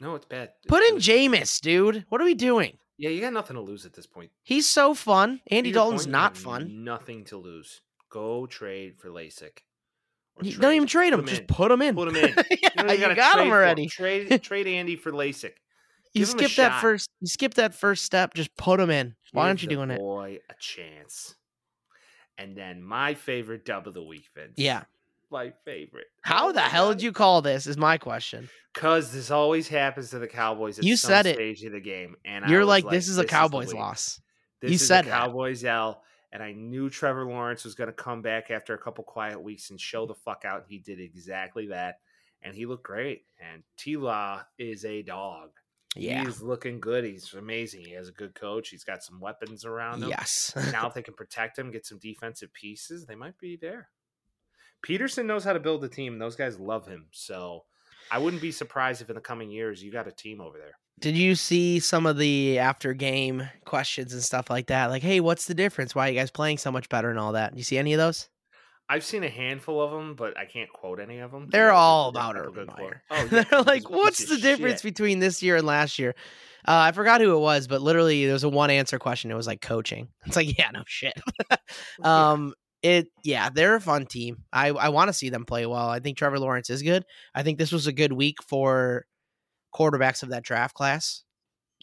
No, it's bad. It's Put in really- Jameis, dude. What are we doing? Yeah, you got nothing to lose at this point. He's so fun. To Andy your Dalton's point, you not have fun. Nothing to lose. Go trade for Lasik. Or You don't even trade Put him. Just in. put him in. Put him (laughs) in. Yeah, You don't even you, gotta got trade him for already. (laughs) Trade trade Andy for Lasik. You Give him a skip that shot. first. You skip that first step. Just put him in. Why aren't you Give the doing it? Boy, a chance. And then my favorite dub of the week, Vince. Yeah. my favorite. How the hell did you call this? Is my question. Because this always happens to the Cowboys. At You some said it. stage of the game, and I You're was like, this is a the Cowboys week. loss. This You is said a that. Cowboys L, and I knew Trevor Lawrence was going to come back after a couple quiet weeks and Mm. show the fuck out. He did exactly that, and he looked great. And T Law is a dog. Yeah. He's looking good. He's amazing. He has a good coach. He's got some weapons around him. Yes. now, (laughs) if they can protect him, get some defensive pieces, they might be there. Peterson knows how to build a team, and those guys love him. So I wouldn't be surprised if in the coming years you got a team over there. Did you see some of the after game questions and stuff like that? Like, hey, what's the difference? Why are you guys playing so much better and all that? You see any of those? I've seen a handful of them, but I can't quote any of them. They're all about Urban Meyer. (laughs) Oh, yeah, They're he's a like, piece what's of the difference shit. between this year and last year? Uh, I forgot who it was, but literally there was a one answer question. It was like coaching. (laughs) It's like, yeah, no shit. (laughs) um, it yeah, they're a fun team. I I want to see them play well. I think Trevor Lawrence is good. I think this was a good week for quarterbacks of that draft class.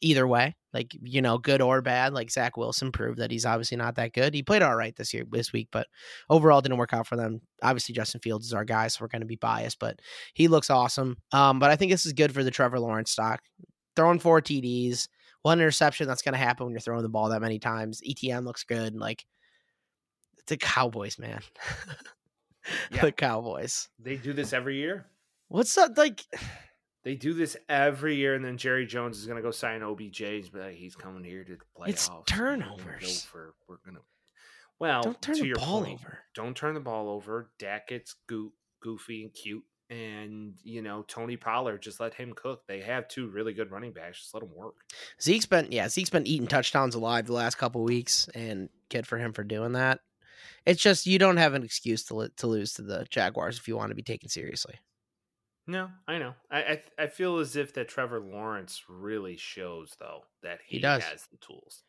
Either way, like you know, good or bad. Like Zach Wilson proved that he's obviously not that good. He played all right this year, this week, but overall didn't work out for them. Obviously, Justin Fields is our guy, so we're going to be biased, but he looks awesome. Um, but I think this is good for the Trevor Lawrence stock. Throwing four TDs, one interception. That's going to happen when you're throwing the ball that many times. ETN looks good. Like the Cowboys, man. (laughs) Yeah. The Cowboys. They do this every year. What's up? Like, They do this every year, and then Jerry Jones is going to go sign OBJ's, but he's coming here to the playoffs. It's and we're gonna go turnovers. For, we're gonna, well, don't turn Oh, to the your ball point, over. Don't turn the ball over. Dak gets goo- goofy and cute, and you know Tony Pollard. Just let him cook. They have two really good running backs. Just let them work. Zeke's been yeah, Zeke's been eating touchdowns alive the last couple weeks, and good for him for doing that. It's just you don't have an excuse to lo- to lose to the Jaguars if you want to be taken seriously. No, I know. I I, th- I feel as if that Trevor Lawrence really shows though that He he, does. has the tools.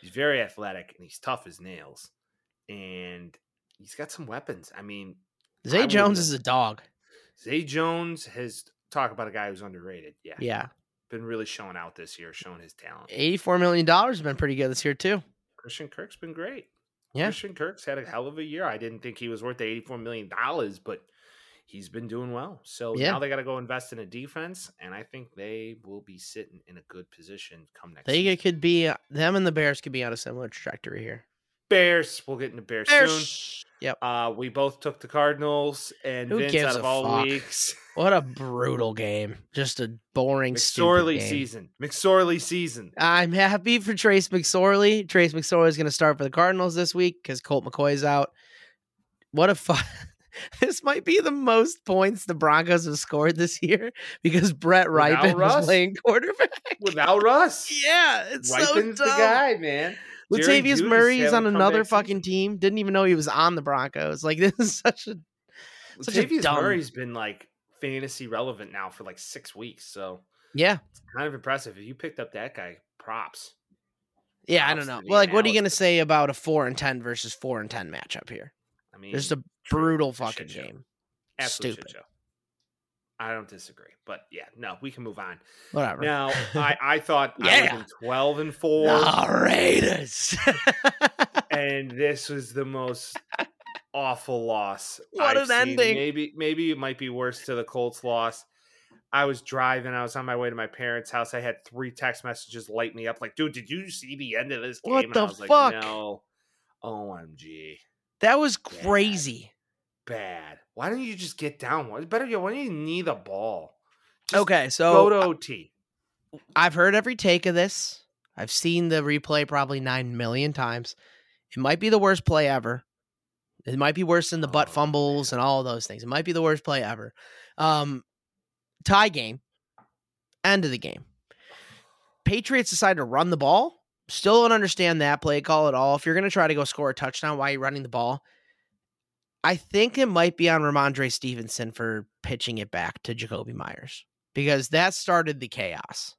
He's very athletic and he's tough as nails, and he's got some weapons. I mean, I Zay would Jones not- is a dog. Zay Jones has talk about a guy who's underrated. Yeah, Yeah, been really showing out this year, showing his talent. eighty four million dollars has been pretty good this year too. Christian Kirk's been great. Yeah. Christian Kirk's had a hell of a year. I didn't think he was worth the eighty-four million dollars, but he's been doing well. So Yeah. now they got to go invest in a defense, and I think they will be sitting in a good position come next. They season. could be uh, them and the Bears could be on a similar trajectory here. Bears. We'll get into Bears, soon. Bears. Yep. Uh, we both took the Cardinals and Who Vince gives out of a all fuck? (laughs) weeks. What a brutal game. Just a boring, stupid McSorley game. season. McSorley season. I'm happy for Trace McSorley. Trace McSorley is going to start for the Cardinals this week because Colt McCoy's out. What a fun. (laughs) this might be the most points the Broncos have scored this year (laughs) because Brett Without Ripon was Russ? playing quarterback. (laughs) Without Russ. yeah, (laughs) it's Ripon's so the dumb. guy, man. Jerry Latavius Jeudy's Murray is having on a another comeback fucking team. Didn't even know he was on the Broncos. Like (laughs) this is such a Such a Latavius dumb- Murray's been like fantasy relevant now for like six weeks, so yeah. it's kind of impressive. If you picked up that guy, props. Yeah, I don't Props know. to the Well, like, what are you gonna analysis. say about a four and ten versus four and ten matchup here? I mean, Just a Mm, true. brutal Shit fucking show. game. absolute shit stupid. show. I don't disagree, but yeah, no, we can move on Whatever. (laughs) now. I I thought I Yeah. was in twelve and four, The Raiders. and this was the most awful loss. (laughs) What an ending. Maybe maybe it might be worse to the Colts loss. I was driving. I was on my way to my parents' house. I had three text messages light me up, like, "Dude, did you see the end of this game?" What and the I was fuck? like, "No, OMG, (laughs) that was crazy. bad. Why don't you just get down? Why better yet, why don't you knee the ball? Just Okay, go so to OT. I've heard every take of this. I've seen the replay probably 9 million times. It might be the worst play ever. It might be worse than the butt Oh, fumbles and all those things. It might be the worst play ever. Um, tie game. End of the game. Patriots decide to run the ball. Still don't understand that play call at all. If you're going to try to go score a touchdown, why are you running the ball? I think it might be on Ramondre Stevenson for pitching it back to Jacoby Myers because that started the chaos.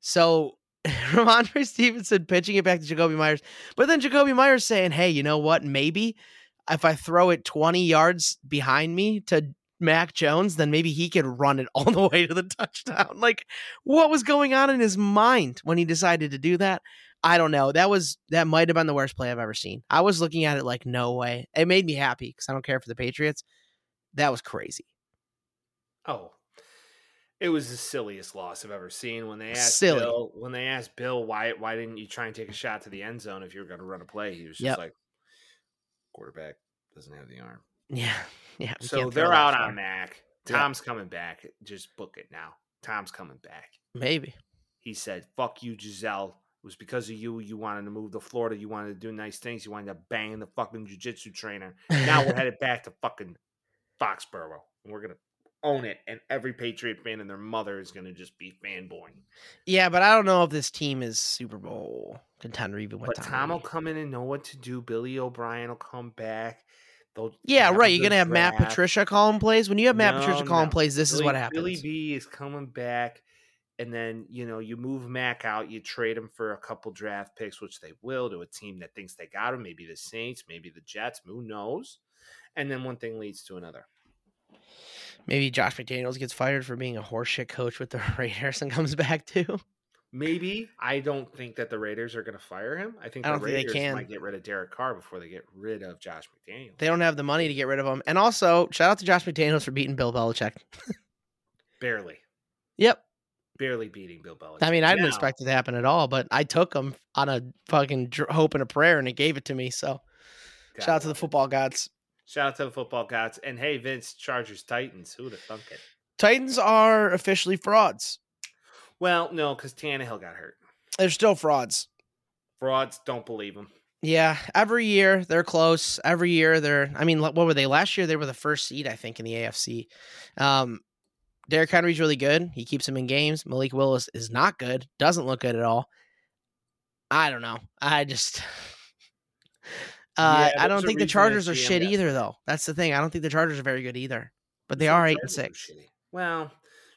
So (laughs) Ramondre Stevenson pitching it back to Jacoby Myers, but then Jacoby Myers saying, "Hey, you know what? Maybe if I throw it 20 yards behind me to Mac Jones, then maybe he could run it (laughs) all the way to the touchdown." Like, what was going on in his mind when he decided to do that? I don't know. That was that might have been the worst play I've ever seen. I was looking at it like, no way. It made me happy because I don't care for the Patriots. That was crazy. Oh, It was the silliest loss I've ever seen. When they asked Silly. Bill, when they asked Bill why why didn't you try and take a shot to the end zone if you were going to run a play, he was just Yep. like, quarterback doesn't have the arm. (laughs) Yeah, yeah. we So can't throw they're that out far. on Mac. Yeah. Tom's coming back. Just book it now. Tom's coming back. Maybe. He said, "Fuck you, Giselle." It was because of you. You wanted to move to Florida. You wanted to do nice things. You wanted to bang the fucking jujitsu trainer. (laughs) Now we're headed back to fucking Foxborough, and we're gonna own it. And every Patriot fan and their mother is gonna just be fanboying. yeah, but I don't know if this team is Super Bowl contender even with But Tom. Tom will Brady. come in and know what to do. Billy O'Brien will come back. They'll yeah, have a right. You're good gonna have Matt draft. Patricia calling plays. When you have Matt Patricia No, calling no. plays, this is Billy- what happens. Billy B is coming back, and then you know you move Mac out, you trade him for a couple draft picks, which they will to a team that thinks they got him. Maybe the Saints, maybe the Jets. Who knows? And then one thing leads to another. Maybe Josh McDaniels gets fired for being a horseshit coach with the (laughs) Raiders and comes back too. Maybe I don't think that the Raiders are going to fire him. I think I the don't think they Raiders can. might get rid of Derek Carr before they get rid of Josh McDaniels. They don't have the money to get rid of him. And also, shout out to Josh McDaniels for beating Bill Belichick. barely, Yep. barely beating Bill Belichick. I mean, I didn't Now, expect it to happen at all, but I took him on a fucking dr- hope and a prayer, and it gave it to me. So God shout out to the love it. football gods. shout out to the football gods. And hey, Vince, Chargers, Titans. Who'd have thunk it? Titans are officially frauds. Well, no, because Tannehill got hurt. They're still frauds. Frauds don't believe him. Yeah, every year they're close. Every year they're. I mean, what were they last year? They were the first seed, I think, in the AFC. Um, Derrick Henry's really good. He keeps him in games. Malik Willis is not good. Doesn't look good at all. I don't know. I just. (laughs) Uh, Yeah, I there's don't a think the reason Chargers are it's shit GM. either, though. That's the thing. I don't think the Chargers are very good either. But they So the are eight and Chargers are six. shitty. Well,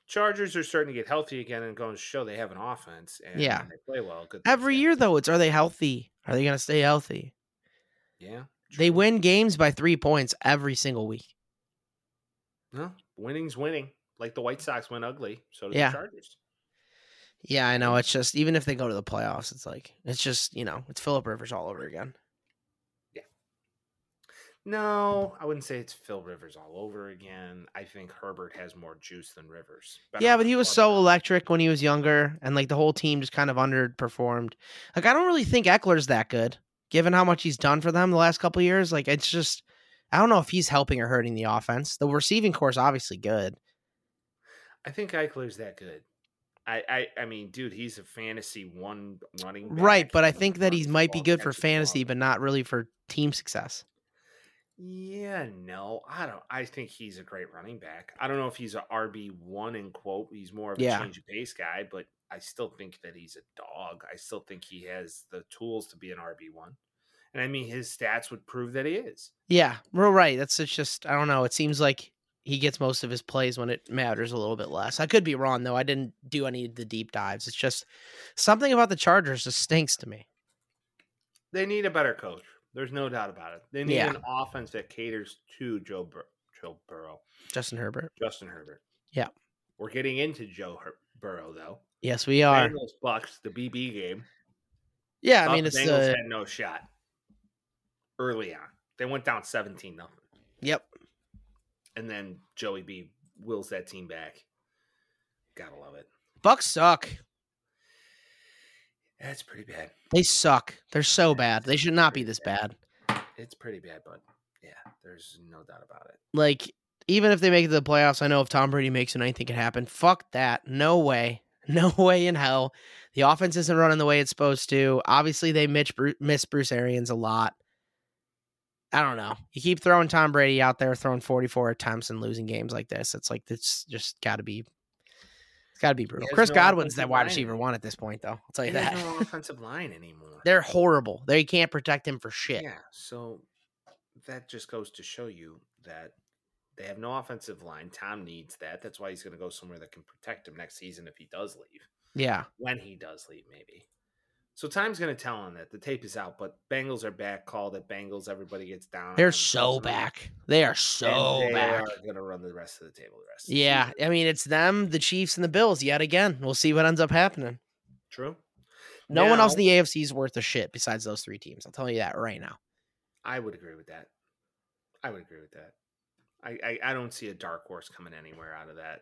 Chargers are starting to get healthy again and going to show they have an offense. And Yeah. when they play well. Good things Every happen. year, though, it's are they healthy? Are they going to stay healthy? yeah, They true. win games by three points every single week. No, winning's winning. Like the White Sox went ugly, so did Yeah. the Chargers. Yeah, I know. It's just even if they go to the playoffs, it's like it's just you know it's Philip Rivers all over again. No, I wouldn't say it's Phil Rivers all over again. I think Herbert has more juice than Rivers. Better yeah, but he off was so Herbert. electric when he was younger, and like the whole team just kind of underperformed. Like I don't really think Eckler's that good, given how much he's done for them the last couple of years. Like it's just I don't know if he's helping or hurting the offense. The receiving core's obviously good. I think Eichler's that good. I, I, I mean, dude, he's a fantasy one running. Back. Right, but I can think that run he the might be ball, good for catch the ball. fantasy, but not really for team success. Yeah, no, I don't. I think he's a great running back. I don't know if he's a RB one in quote. He's more of a Yeah. change of pace guy, but I still think that he's a dog. I still think he has the tools to be an RB one, and I mean his stats would prove that he is. Yeah, real right. That's it's just I don't know. It seems like he gets most of his plays when it matters a little bit less. I could be wrong though. I didn't do any of the deep dives. It's just something about the Chargers just stinks to me. They need a better coach. There's no doubt about it. They need Yeah. an offense that caters to Joe Bur- Joe Burrow, Justin Herbert. Justin Herbert. Yeah. we're getting into Joe Her- Burrow though. Yes, we are. Bengals Bucks the BB game. Yeah, I Thought mean the it's Bengals uh, had no shot early on. They went down seventeen nothing, yep. and then Joey B wills that team back. Gotta love it. Bucks suck. That's pretty bad. They suck. They're so Yeah, bad. They it's should not be pretty this bad. bad. It's pretty bad, but yeah, there's no doubt about it. Like even if they make it to the playoffs, I know if Tom Brady makes it, anything can happen. Fuck that. No way. (laughs) No way in hell. The offense isn't running the way it's supposed to. Obviously, they miss Bruce, miss Bruce Arians a lot. I don't know. You keep throwing Tom Brady out there, throwing 44 attempts and losing games like this. It's like it's just got to be, it's got to be brutal. has Chris no Godwin's offensive that wide line receiver anymore. one at this point, though. I'll tell you And there's that. (laughs) no offensive line anymore. They're horrible. They can't protect him for shit. Yeah, so that just goes to show you that they have no offensive line. Tom needs that. That's why he's going to go somewhere that can protect him next season if he does leave. yeah. when he does leave, maybe. So time's going to tell on that. The tape is out, but Bengals are back. Called it. Bengals. Everybody gets down. on They're them, so doesn't it? back. They are And so they back. are going to run the rest of the table. The rest. of the Yeah, season. I mean it's them, the Chiefs, and the Bills yet again. We'll see what ends up happening. True. No one else in Now- the AFC is worth a shit besides those three teams. I'll tell you that right now. I would agree with that. I would agree with that. I I, I don't see a dark horse coming anywhere out of that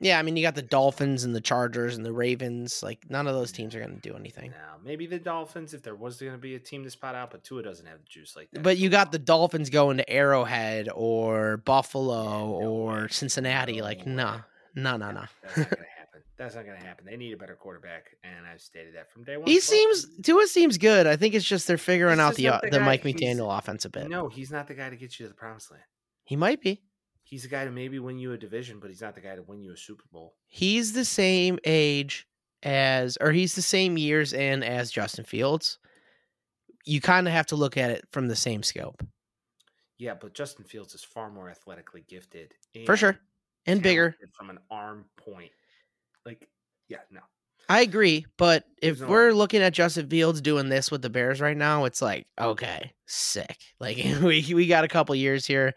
Yeah, I mean, you got the Dolphins and the Chargers and the Ravens. Like, none of those Mm. teams are going to do anything. Now, maybe the Dolphins, if there was going to be a team to spot out, but Tua doesn't have the juice like that. But you got the Dolphins going to Arrowhead or Buffalo Yeah, no way. or Cincinnati. No Like, way. nah, nah, nah, nah. That's not going to happen. That's not going to happen. They need a better quarterback, and I've stated that from day one. He Fuck seems Tua seems good. I think it's just they're figuring It's out just the not uh, the the guy. Mike He's- McDaniel offense a bit. No, he's not the guy to get you to the promised land. He might be. He's the guy to maybe win you a division, but he's not the guy to win you a Super Bowl. He's the same age as, or he's the same years in as Justin Fields. You kind of have to look at it from the same scope Yeah, but Justin Fields is far more athletically gifted. For sure. and bigger. talented From an arm point. Like, yeah, no. I agree, but if There's no we're way. looking at Justin Fields doing this with the Bears right now, it's like okay, sick. Like (laughs) we we got a couple years here.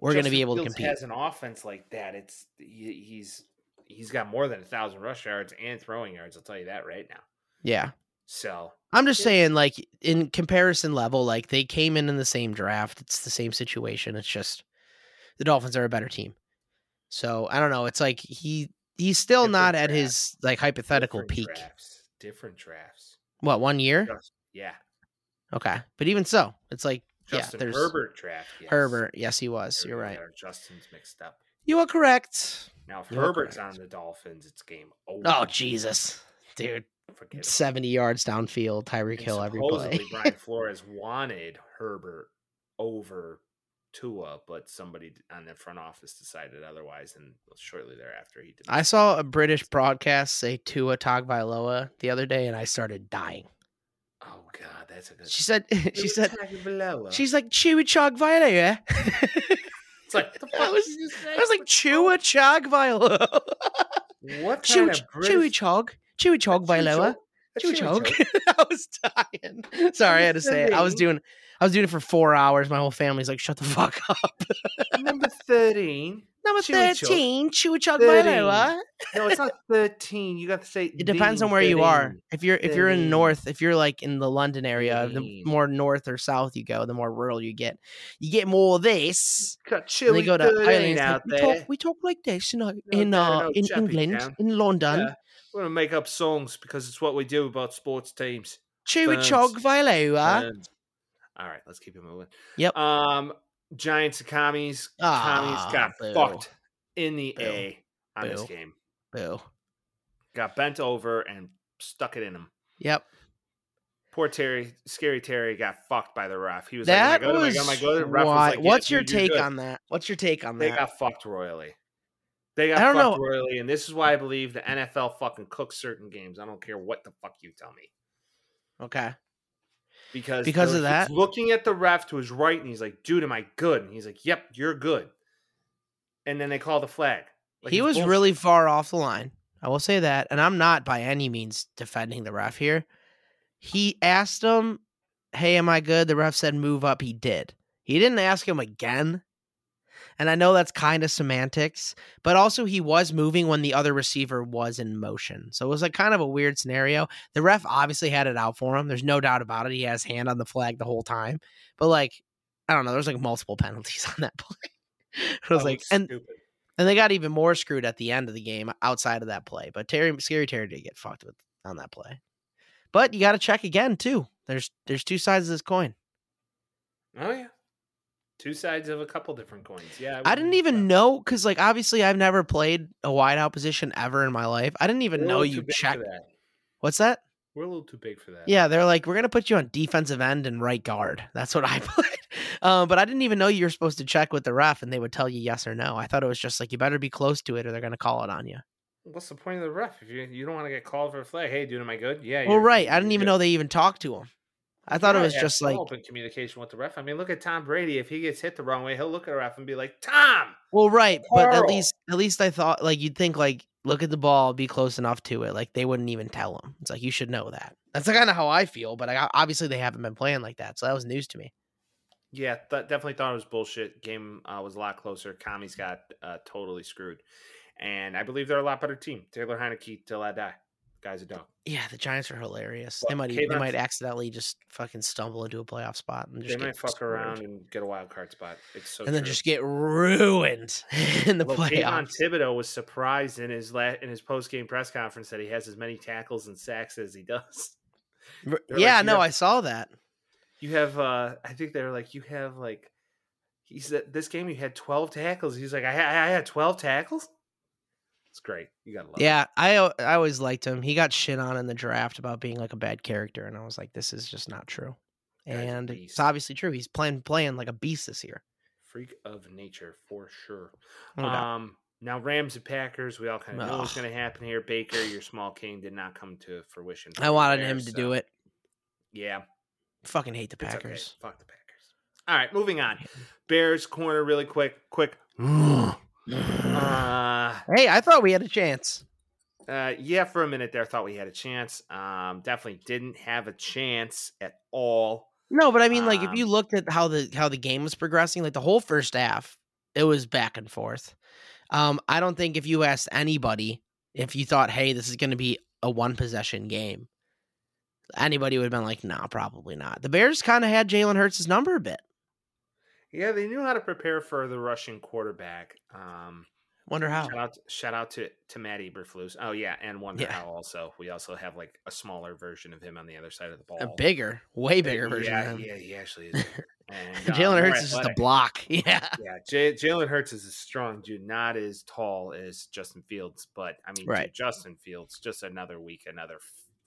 We're going to Justin be able to Fields compete. Has an offense like that, it's he, he's he's got more than a thousand rush yards and throwing yards. I'll tell you that right now. yeah. So I'm just Yeah. saying, like in comparison level, like they came in in the same draft. It's the same situation. It's just the Dolphins are a better team. So I don't know. It's like he he's still Different not at draft. his like hypothetical different peak. Drafts, different drafts. What one year? Just- yeah, Okay, but even so, it's like yeah, Justin there's Herbert. Herbert draft. Yes. Herbert. Yes, he was. There You're we right. are. Justin's mixed up. You are correct. Now, if You are Herbert's correct. on the Dolphins, it's game over. Oh Jesus, dude, Forget it. seventy yards downfield, Tyreek And Hill every supposedly play. (laughs) Brian Flores wanted Herbert over Tua, but somebody d- on the front office decided otherwise, and shortly thereafter he did. I saw a British broadcast say Tua Tagovailoa the other day, and I started dying. Oh God, that's a good. (laughs) She said, she said, below. She's like Chewy Chog Viola, yeah. it's like what the I fuck was- did you just (laughs) I say? was like Chewa Chog Viola. what kind Chewy, of Chewy British Chog. Chewy Chog Viola. A Chewy chug. Chog. (laughs) I was dying. (laughs) (laughs) Sorry, I had to say it. I was Understanding. doing I was doing it for four hours. My whole family's like, shut the Mm. fuck up. (laughs) Number thirteen. Number Chewy Chog. 13, Chewy Chog Thirteen. Viola. No, it's not thirteen. You got to say. It depends the on where you are. 13. If you're if you're in Thirteen. north, if you're like in the London area, the Thirteen. more north or south you go, the more rural you get. You get more of this. Got And chilly they go to Ireland. thirteen it's like, out we, there. Talk, we talk like this in uh, No, in, no, uh, no, in chappy England, town. in London. Yeah. We're gonna make up songs because it's what we do about sports teams. Chewy Burns. chog viola. And- all right, let's keep it moving. Yep. Um, Giants and commies. Ah, commies got boo. fucked in the Boo. A on this Boo. game. Boo. Got bent over and stuck it in him. Yep. Poor Terry, scary Terry, got fucked by the ref. He was that like, "Oh "Am I good? was Am I good? Am I good?" The ref was why. like, "Yeah, What's your dude, you're take good." on that? What's your take on They that? got fucked royally. They got I don't fucked know. royally, and this is why I believe the NFL fucking cooks certain games. I don't care what the fuck you tell me. okay. because Because the- of he's that? looking at the ref to his right, and he's like, "Dude, am I good?" And he's like, "Yep, you're good." And then they call the flag. Like, he it's was bullshit. really far off the line. I will say that, and I'm not by any means defending the ref here. He asked him, "Hey, am I good?" The ref said, "Move up." He did. He didn't ask him again. And I know that's kind of semantics, but also he was moving when the other receiver was in motion. So it was like kind of a weird scenario. The ref obviously had it out for him. There's no doubt about it. He has hand on the flag the whole time. But like, I don't know, there's like multiple penalties (laughs) on that play. I That was like, looks and stupid. and they got even more screwed at the end of the game outside of that play. But Terry, scary Terry did get fucked with on that play. But you got to check again too. There's there's two sides of this coin. oh yeah, two sides of a couple different coins. Yeah, I didn't even know because like obviously I've never played a wideout position ever in my life. I didn't even know you check. That. What's that? We're a little too big for that. Yeah, they're like we're gonna put you on defensive end and right guard. (laughs) That's what I played. Um, but I didn't even know you were supposed to check with the ref, and they would tell you yes or no. I thought it was just like you better be close to it, or they're gonna call it on you. What's the point of the ref if you you don't want to get called for a flag? Hey, dude, am I good? Yeah. Well, you're- right. I you're didn't even good." know they even talked to him. I thought it gotta was have just some like open communication with the ref. I mean, look at Tom Brady. If he gets hit the wrong way, he'll look at the ref and be like, "Tom, Well, right, but at Carl. least at least I thought like you'd think like look at the ball, be close enough to it. Like they wouldn't even tell him. It's like you should know that. That's kind of how I feel. But I, obviously they haven't been playing like that, so that was news to me. Yeah, th- definitely thought it was bullshit. Game uh, was a lot closer. Commies got uh, totally screwed, and I believe they're a lot better team. Taylor Heineke till I die. Guy's a dog. Yeah, the Giants are hilarious. Well, they might Kayvon- they might accidentally just fucking stumble into a playoff spot and They just might get fuck screwed. around and get a wild card spot. It's so and then true. just get ruined (laughs) in the Well, Kayvon playoffs. Thibodeau was surprised in his la- in his post game press conference that he has as many tackles and sacks as he does. (laughs) R- They're like, Yeah, you no, have- I saw that. You have, uh I think they were like, you have like, he said this game you had twelve tackles. He's like, I, ha- I had twelve tackles. It's great. You gotta love. it. Yeah, I al- I always liked him. He got shit on in the draft about being like a bad character, and I was like, this is just not true. Guy's a And it's beast. obviously true. He's playing playing like a beast this year. freak of nature for sure. No doubt. Um, now Rams and Packers, we all kind of know what's Ugh. going to happen here. Baker, your small king, did not come to fruition. I wanted him to do it. Yeah, Fucking hate the it's okay. Packers. Fuck the Packers. All right, moving on. Bears corner, really quick, (sighs) quick. Uh, hey, I thought we had a chance. uh, yeah, for a minute there, thought we had a chance. Um, definitely didn't have a chance at all. No, but I mean, like, if you Um, looked at how the how the game was progressing, like the whole first half, it was back and forth. Um, I don't think if you asked anybody if you thought, hey, this is going to be a one possession game, anybody would have been like, nah, probably not. The Bears kind of had Jalen Hurts' number a bit. Yeah, they knew how to prepare for the Russian quarterback. Um, Wonder how. Shout out, shout out to to Matt Eberflus. Oh yeah, and Wonder Yeah. How also. We also have like a smaller version of him on the other side of the ball. A bigger, way Big- bigger version Yeah, of him. yeah, (laughs) he actually is. bigger. And, uh, Jalen more Hurts is just a athletic. block. (laughs) Yeah. Yeah, J- Jalen Hurts is a strong dude, not as tall as Justin Fields, but I mean, dude, Right. Justin Fields just another week, another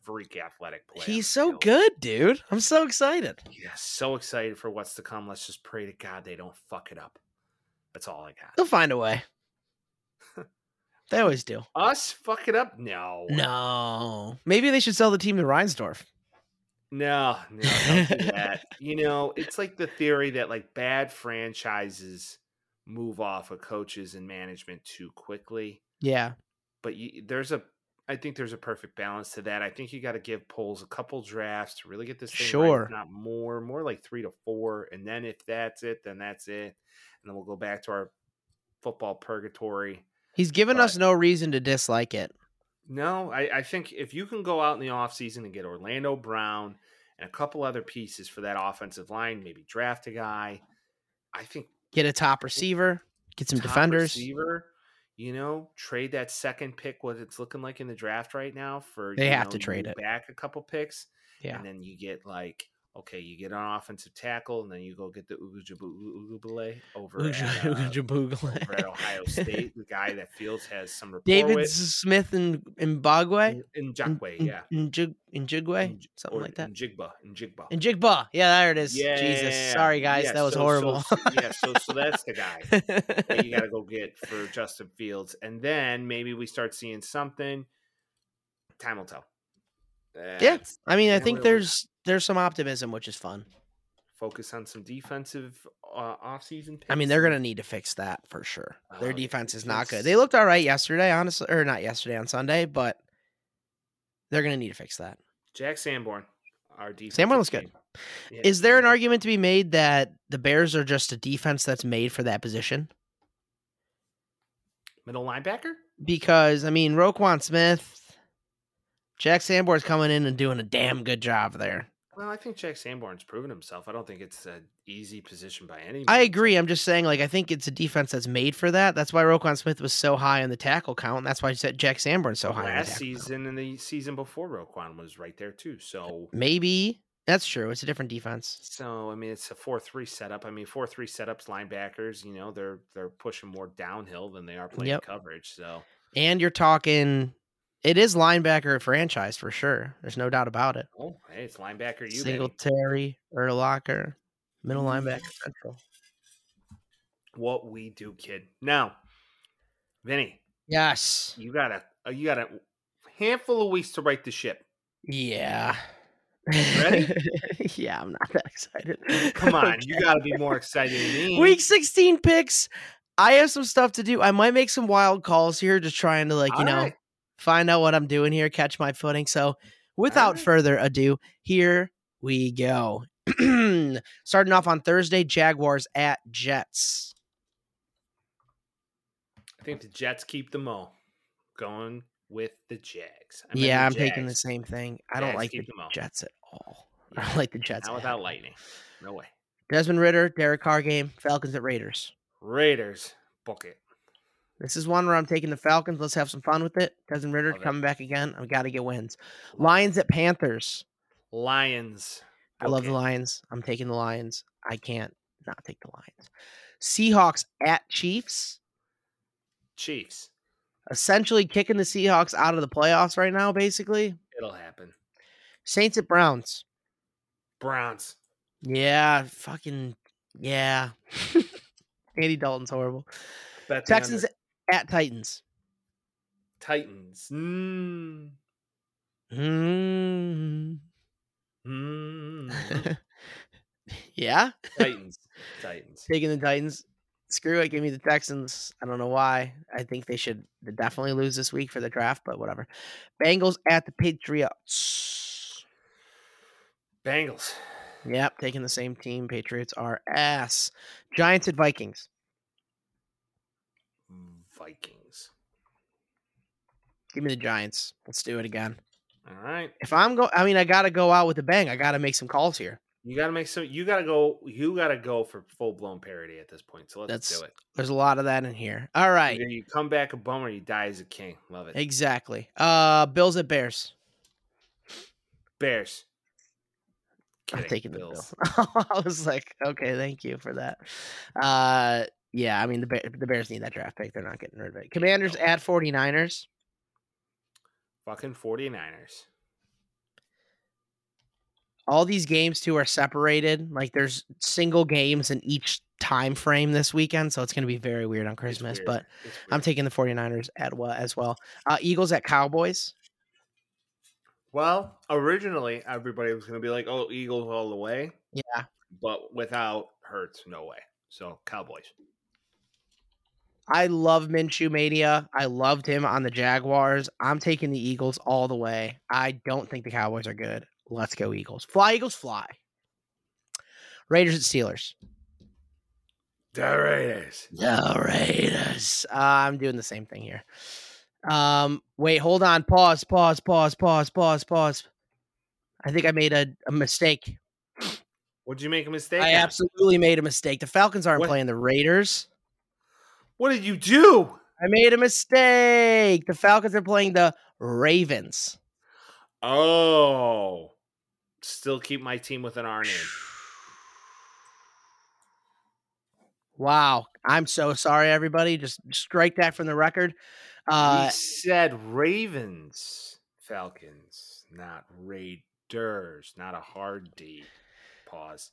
freak athletic player. He's so Fields. good, dude. I'm so excited. Yeah, so excited for what's to come. Let's just pray to God they don't fuck it up. That's all I got. They'll find (laughs) a way. They always do. Us fuck it up? No, No. Maybe they should sell the team to Reinsdorf. No, no, don't do (laughs) that. you know, it's like the theory that like bad franchises move off of coaches and management too quickly. Yeah. But you, there's a, I think there's a perfect balance to that. I think you got to give polls a couple drafts to really get this thing right. Sure. if Not more, more like three to four, and then if that's it, then that's it, and then we'll go back to our football purgatory. He's given us no reason to dislike it. No, I, I think if you can go out in the offseason and get Orlando Brown and a couple other pieces for that offensive line, maybe draft a guy. I think Get a top receiver, get some top defenders. receiver, you know, trade that second pick, what it's looking like in the draft right now for They you have know, to you trade move it. back a couple picks. Yeah. And then you get like, okay, you get an offensive tackle, and then you go get the Ugujabule over, Uju- at, uh, Uju Boogle. over at (laughs) Ohio State, the guy that Fields has some rapport David with. Smith and Mbagwe. In, in Jackway, yeah. In Jigwe. Nj- Something or like that. Njigba, Njigba. In Jigba. Yeah, there it is. Jesus. Yeah, Sorry, guys. yeah, that was so- so- horrible. so- (laughs) yeah, so so that's the guy that you got to go get for Justin Fields, and then maybe we start seeing something. Time will tell. Uh, That's- I mean, I Yeah, think we're- there's there's some optimism, which is fun. focus on some defensive uh, offseason. I mean, picks. they're gonna need to fix that for sure. Oh, yeah, Their defense is not good. defense. They looked all right yesterday, honestly, or not yesterday on Sunday, but they're gonna need to fix that. Jack Sanborn. Our defense. looks good. Is there an argument to be made that the Bears are just a defense that's made for that position? middle linebacker? Because I mean, Roquan Smith, Jack Sanborn's coming in and doing a damn good job there. Well, I think Jack Sanborn's proven himself. I don't think it's an easy position by any. I means. agree. I'm just saying, like, I think it's a defense that's made for that. That's why Roquan Smith was so high on the tackle count. And that's why Jack Sanborn's so high. on the Last tackle count. season and the season before, Roquan was right there too. So Maybe that's true. It's a different defense. So I mean, it's a four-three setup. I mean, four-three setups, linebackers. You know, they're they're pushing more downhill than they are playing Yep. coverage. So And you're talking, it is linebacker franchise for sure. There's no doubt about it. oh, hey, it's linebacker. You baby. Mm-hmm. Singletary, Erlocker, middle linebacker, central. what we do, kid. Now, Vinny, Yes. you got a uh, you got a handful of weeks to right the ship. Yeah. Ready? (laughs) yeah, I'm not that excited. (laughs) Come on, Okay. you got to be more excited than (laughs) me. Week 16 picks. I have some stuff to do. I might make some wild calls here, just trying to like you All know right. find out what I'm doing here, catch my footing. So, without right. further ado, here we go. (clears throat) Starting off on Thursday, Jaguars at Jets. I think the Jets keep them all going with the Jags. yeah, I'm taking the same thing. I don't like the them all. Jets (laughs) at all. I don't like the Jets. Not at without all. Lightning. No way. Desmond Ritter, Derek Carr game, Falcons at Raiders. Raiders book it. This is one where I'm taking the Falcons. Let's have some fun with it. Desmond Ritter Love it. coming back again. I've got to get wins. Lions at Panthers. Lions. I love the book Lions. I'm taking the Lions. I can't not take the Lions. Seahawks at Chiefs. it. Chiefs. Essentially kicking the Seahawks out of the playoffs right now, basically. It'll happen. Saints at Browns. Browns. Yeah, fucking yeah. (laughs) Andy Dalton's horrible. Bet the Texans under. at Titans. Titans. Mm. Mm. (laughs) Mm. yeah, Titans. Titans. taking the Titans. Screw it, give me the Texans. I don't know why. I think they should definitely lose this week for the draft, but whatever. Bengals at the Patriots. Bengals. Yep, taking the same team. Patriots are ass. Giants at Vikings. Vikings. Give me the Giants. Let's do it again. All right. If I'm go, I mean, I gotta go out with a bang. I gotta make some calls here. You gotta make some you gotta go you gotta go for full blown parody at this point. So let's That's do it. There's a lot of that in here. All right. Either you come back a bum or you die as a king. Love it. Exactly. Uh Bills at Bears. Bears. I'm Kidding, taking the Bills. (laughs) I was like, okay, thank you for that. Uh yeah, I mean the Bear, the Bears need that draft pick. They're not getting rid of it. Commanders no. at 49ers. Fucking 49ers. All these games too are separated. Like there's single games in each time frame this weekend, so it's going to be very weird on It's Christmas, weird. but It's I'm weird. taking the 49ers at well, as well. Uh Eagles at Cowboys. Well, originally everybody was going to be like, "Oh, Eagles all the way," Yeah. but without Hurts, no way. So Cowboys. I love Minshew Mania. I loved him on the Jaguars. I'm taking the Eagles all the way. I don't think the Cowboys are good. Let's go, Eagles. Fly, Eagles, fly. Raiders and Steelers. The Raiders. The (laughs) Raiders. Uh, I'm doing the same thing here. Um, wait, hold on. Pause, pause, pause, pause, pause, pause. I think I made a, a mistake. Would you make a mistake? I on? absolutely made a mistake. The Falcons aren't What? playing the Raiders. What did you do? I made a mistake. The Falcons are playing the Ravens. Oh, still keep my team with an R name. Wow. I'm so sorry, everybody. Just strike that from the record. we Uh, said Ravens, Falcons, not Raiders. Not a hard D. Pause.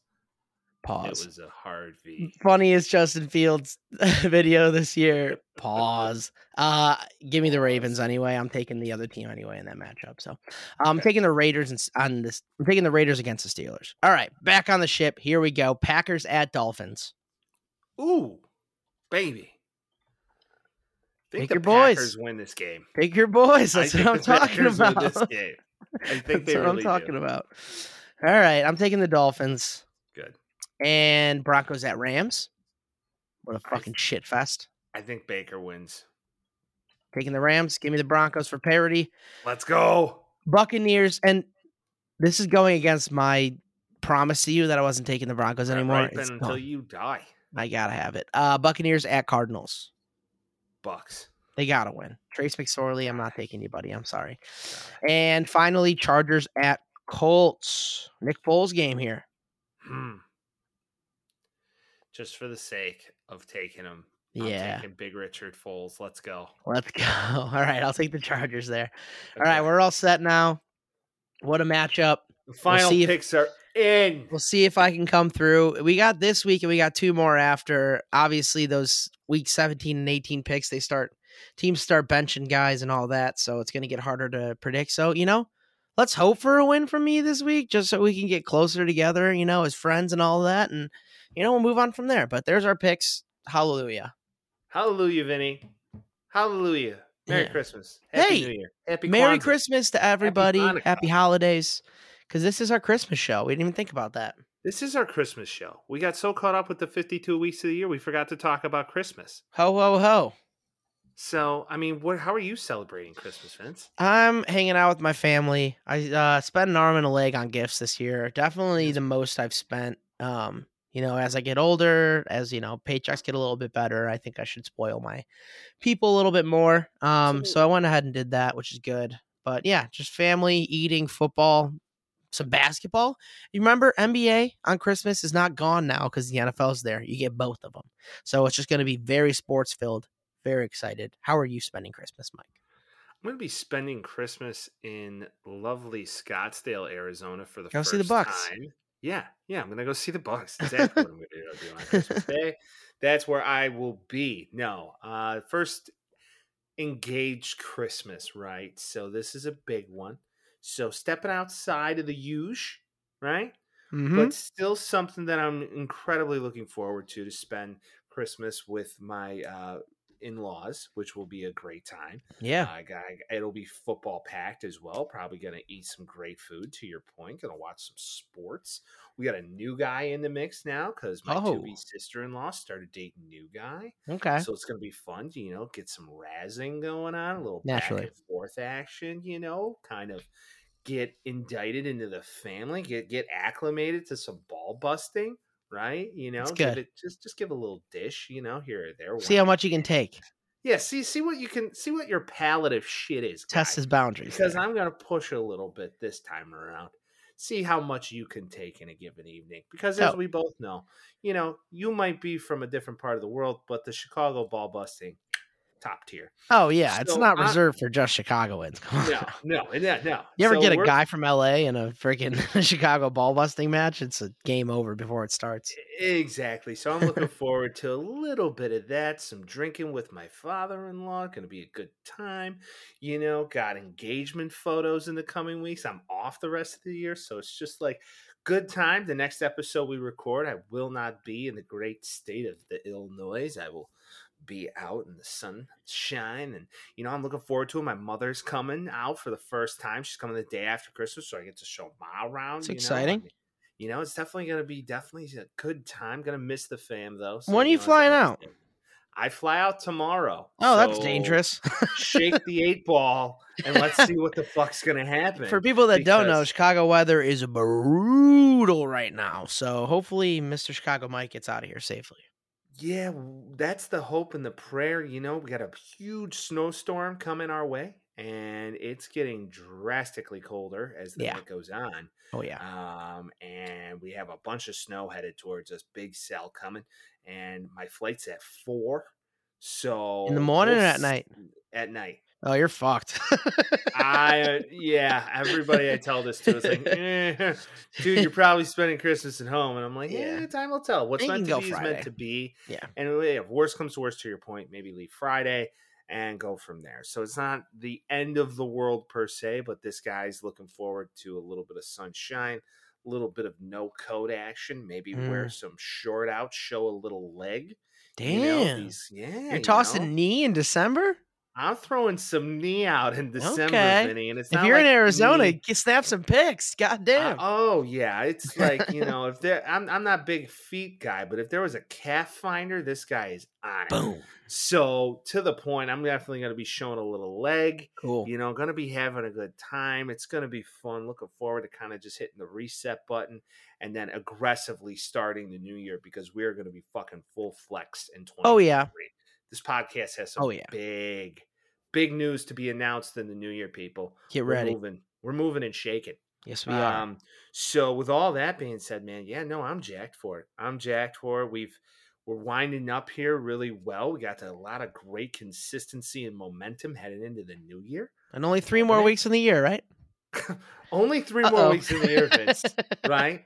It pause. was a hard V. Funniest Justin Fields (laughs) video (laughs) this year. Pause. Uh, give me the Ravens anyway. I'm taking the other team anyway in that matchup. So I'm Okay. taking the Raiders and s- on this. I'm taking the Raiders against the Steelers. All right, back on the ship. Here we go. Packers at Dolphins. Mm. Ooh, baby. Think Pick the your boys. Packers win this game. Take your boys. I That's think what I'm the talking Packers win about. (laughs) This game. I think That's they what I'm really talking do. about. All right, I'm taking the Dolphins. Good. and Broncos at Rams. What a I- fucking shit fest. I think Baker wins. Taking the Rams, give me the Broncos for parity. Let's go. Buccaneers, and this is going against my promise to you that I wasn't taking the Broncos Brett anymore. Ripon It's until gone. you die. I gotta have it. Uh Buccaneers at Cardinals. Bucks. They gotta win. Trace McSorley, I'm not taking anybody. I'm sorry. And finally, Chargers at Colts. Nick Foles game here. Hmm. Just for the sake of taking him. I'm Yeah. taking Big Richard Foles. Let's go. Let's (laughs) go. All right, I'll take the Chargers there. All right, Okay. we're all set now. What a matchup. the final see if- picks are in. We'll see if I can come through. We got this week and we got two more after. Obviously, those week 17 and 18 picks, they start teams start benching guys and all that, so it's going to get harder to predict. So, you know, let's hope for a win from me this week just so we can get closer together, you know, as friends and all that and you know, we'll move on from there. But there's our picks. Hallelujah. Hallelujah, Vinny. Hallelujah. Merry Yeah. Christmas. Happy Hey, New Year. Happy Merry Kwanzaa. Christmas to everybody. Happy, Hanukkah. holidays cuz this is our Christmas show. We didn't even think about that. This is our Christmas show. We got so caught up with the 52 weeks of the year, we forgot to talk about Christmas. Ho ho ho. So, I mean, what? How are you celebrating Christmas, Vince? I'm hanging out with my family. I uh, spent an arm and a leg on gifts this year. Definitely the most I've spent. Um, you know, as I get older, as you know, paychecks get a little bit better, I think I should spoil my people a little bit more. Um, so I went ahead and did that, which is good. But yeah, just family, eating, football, some basketball. You remember NBA on Christmas is not gone now because the NFL's there. You get both of them, so it's just going to be very sports filled. Very excited. How are you spending Christmas, Mike? I'm going to be spending Christmas in lovely Scottsdale, Arizona for the Go first see the Bucks. time. Yeah, yeah, I'm going to go see the Bucks. That's Exactly what I'm going to do on (laughs) Christmas Day. That's where I will be. No, uh, first engaged Christmas, right? So this is a big one. So stepping outside of the huge, right? Mhm. but still something that I'm incredibly looking forward to to spend Christmas with my uh, in-laws, which will be a great time. Yeah. I got, it'll be football packed as well. Probably going to eat some great food. To your point, going to watch some sports. We got a new guy in the mix now because my Oh. to be sister-in-law started dating new guy. Okay. So it's going to be fun, to, you know, get some razzing going on, a little Naturally. back and forth action, you know, kind of get indicted into the family, get get acclimated to some ball busting, right? You know, That's give good. it just just give a little dish, you know, here or there. See one how or- much you can take. Yeah, see see what you can see what your palate of shit is, Test guy. his boundaries. Because there. I'm going to push a little bit this time around. See how much you can take in a given evening. Because as So- we both know, you know, you might be from a different part of the world, but the Chicago ball busting top tier. oh yeah, it's so not I- reserved for just Chicagoans. (laughs) Come on. No, no, no, no. You ever So get a we're- guy from LA in a freaking (laughs) Chicago ball busting match? It's a game over before it Eh, starts. E-, Exactly. So I'm looking forward to a little bit of that. Some drinking with my father in law. Going to be a good time. You know, got engagement photos in the coming weeks. I'm off the rest of the year. So it's just like good time. The next episode we record, I will not be in the great state of the Illinois. I will be out in the sunshine and you know i'm looking forward to it my mother's coming out for the first time she's coming the day after christmas so i get to show my around It's you know exciting. I mean, you know it's definitely gonna be definitely a good time gonna miss the fam though so, When are know, you it's flying always out? good. i fly out tomorrow Oh, that's so dangerous. (laughs) shake the eight ball and let's see what the fuck's gonna happen (laughs) For people that don't know, because- Chicago weather is brutal right now. So hopefully Mr. Chicago Mike gets out of here safely. Yeah, w- that's the hope and the prayer. You know, we got a huge snowstorm coming our way, and it's getting drastically colder as the Yeah. night goes on. Oh yeah. Um, and we have a bunch of snow headed towards us. Big cell coming, and my flight's at four. So In the morning we'll or at s- night? At night. Oh, you're fucked. (laughs) I uh, yeah, everybody I tell this to is like, eh, dude, you're probably spending Christmas at home, and I'm like, Yeah. yeah, time will tell. What's You meant can to go be is Friday. meant to be. Yeah. and really, if worse comes to worse, to your point, maybe leave Friday and go from there. So it's not the end of the world per se, but this guy's looking forward to a little bit of sunshine, a little bit of no coat action, maybe wear Mm. some short out, show a little leg. Damn. You know, these yeah, you're you tossing know? knee in December? I'm throwing some knee out in December, Okay. Vinny, and it's If not you're in like Arizona, knee- get snap some pics. God Uh, damn. oh yeah, it's like (laughs) you know if there I'm I'm not a big feet guy, but if there was a calf finder, this guy is on it. Boom. So to the point, I'm definitely going to be showing a little leg. Cool. You know, going to be having a good time. It's going to be fun. Looking forward to kind of just hitting the reset button and then aggressively starting the new year because we're going to be fucking full flexed in 2023. Oh, yeah. This podcast has some Oh, yeah. big, big news to be announced in the new year, people. Get We're ready. moving. We're moving and shaking. Yes, we are. Um, so with all that being said, man, yeah, no, I'm jacked for it. I'm jacked for it. We've we're winding up here really well. We got a lot of great consistency and momentum heading into the new year. And only three more Right. weeks in the year, right? Only 3 Uh-oh. more weeks in the (laughs) year, Vince. right?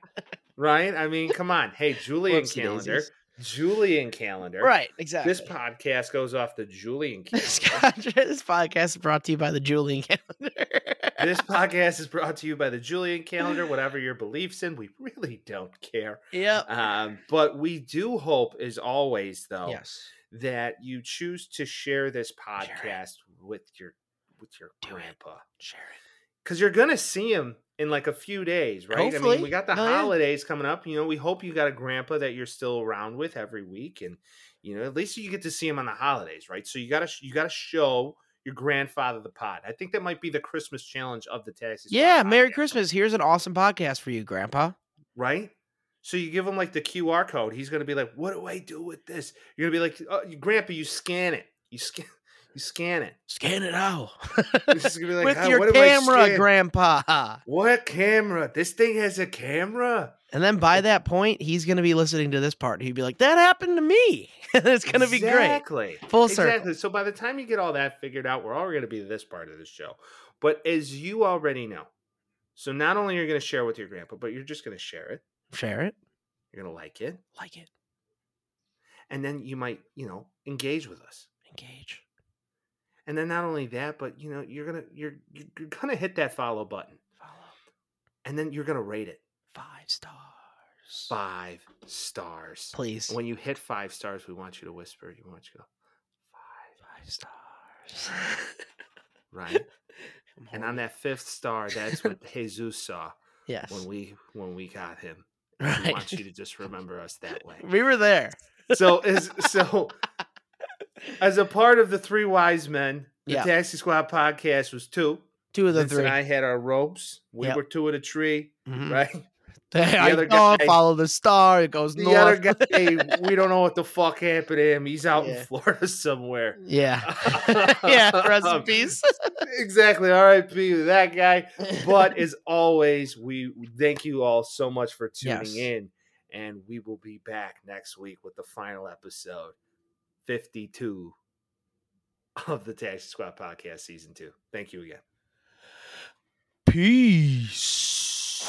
Right? I mean, come on. Hey, Julian Whoopsie calendar. daisies. Julian calendar. Right, exactly. This podcast goes off the Julian (laughs) This calendar. con- this podcast is brought to you by the Julian calendar. (laughs) this podcast is brought to you by the Julian calendar. Whatever your beliefs in, we really don't care. yep. Um, but we do hope, as always, though, Yes. that you choose to share this it. podcast with your with your Do it. grandpa Share it. because you're gonna see him in like a few days, right? I Hopefully. mean, we got the Oh, yeah. holidays coming up. You know, we hope you got a grandpa that you're still around with every week, and You know, at least you get to see him on the holidays, right? So you gotta you gotta show your grandfather the pod. I think that might be the Christmas challenge of the taxi. Squad Yeah, Merry podcast, Christmas. Here's an awesome podcast for you, Grandpa. right? So you give him like the QR code. He's gonna be like, "What do I do with this?" You're gonna be like, oh, "Grandpa, you scan it. You scan, (laughs) you scan it." Scan (laughs) it out (laughs) This is gonna be like, with "Huh, your what do I camera, scan?" Grandpa. What camera? This thing has a camera. And then by that point, he's going to be listening to this part. He'd be like, "That happened to me." (laughs) it's going to be great. Exactly. Full circle. Exactly. So by the time you get all that figured out, we're already going to be this part of the show. But as you already know, so not only are you going to share with your grandpa, but you're just going to share it. Share it, You're going to like it, like it, and then you might, you know, engage with us. engage. And then not only that, but you know, you're gonna you're you're gonna hit that follow button, Follow and then you're gonna rate it five stars, five stars. please. And When you hit five stars, we want you to whisper. You want you to go five, Five stars. right? I'm and horny. on that fifth star, that's what Jesus saw. (laughs) yes, (laughs) when we when we got him. We want you right. to just remember us that way. (laughs) We were there. (laughs) So as so as a part of the three wise men, the Yeah. Taxi Squad podcast was two. Two of the Vince three. and I had our ropes. We Yep. were two at a tree, Mhm. (laughs) right? I other saw guy- follow the star. It goes The north. other guy, we don't know what the fuck happened to him. He's out Yeah. in Florida (laughs) somewhere. (laughs) yeah, yeah. Rest in peace. Exactly. R.I.P. to that guy. but as always, we thank you all so much for tuning Yes. in, and we will be back next week with the final episode, fifty-two of the Taxi Squad Podcast Season Two. Thank you again. (laughs) peace.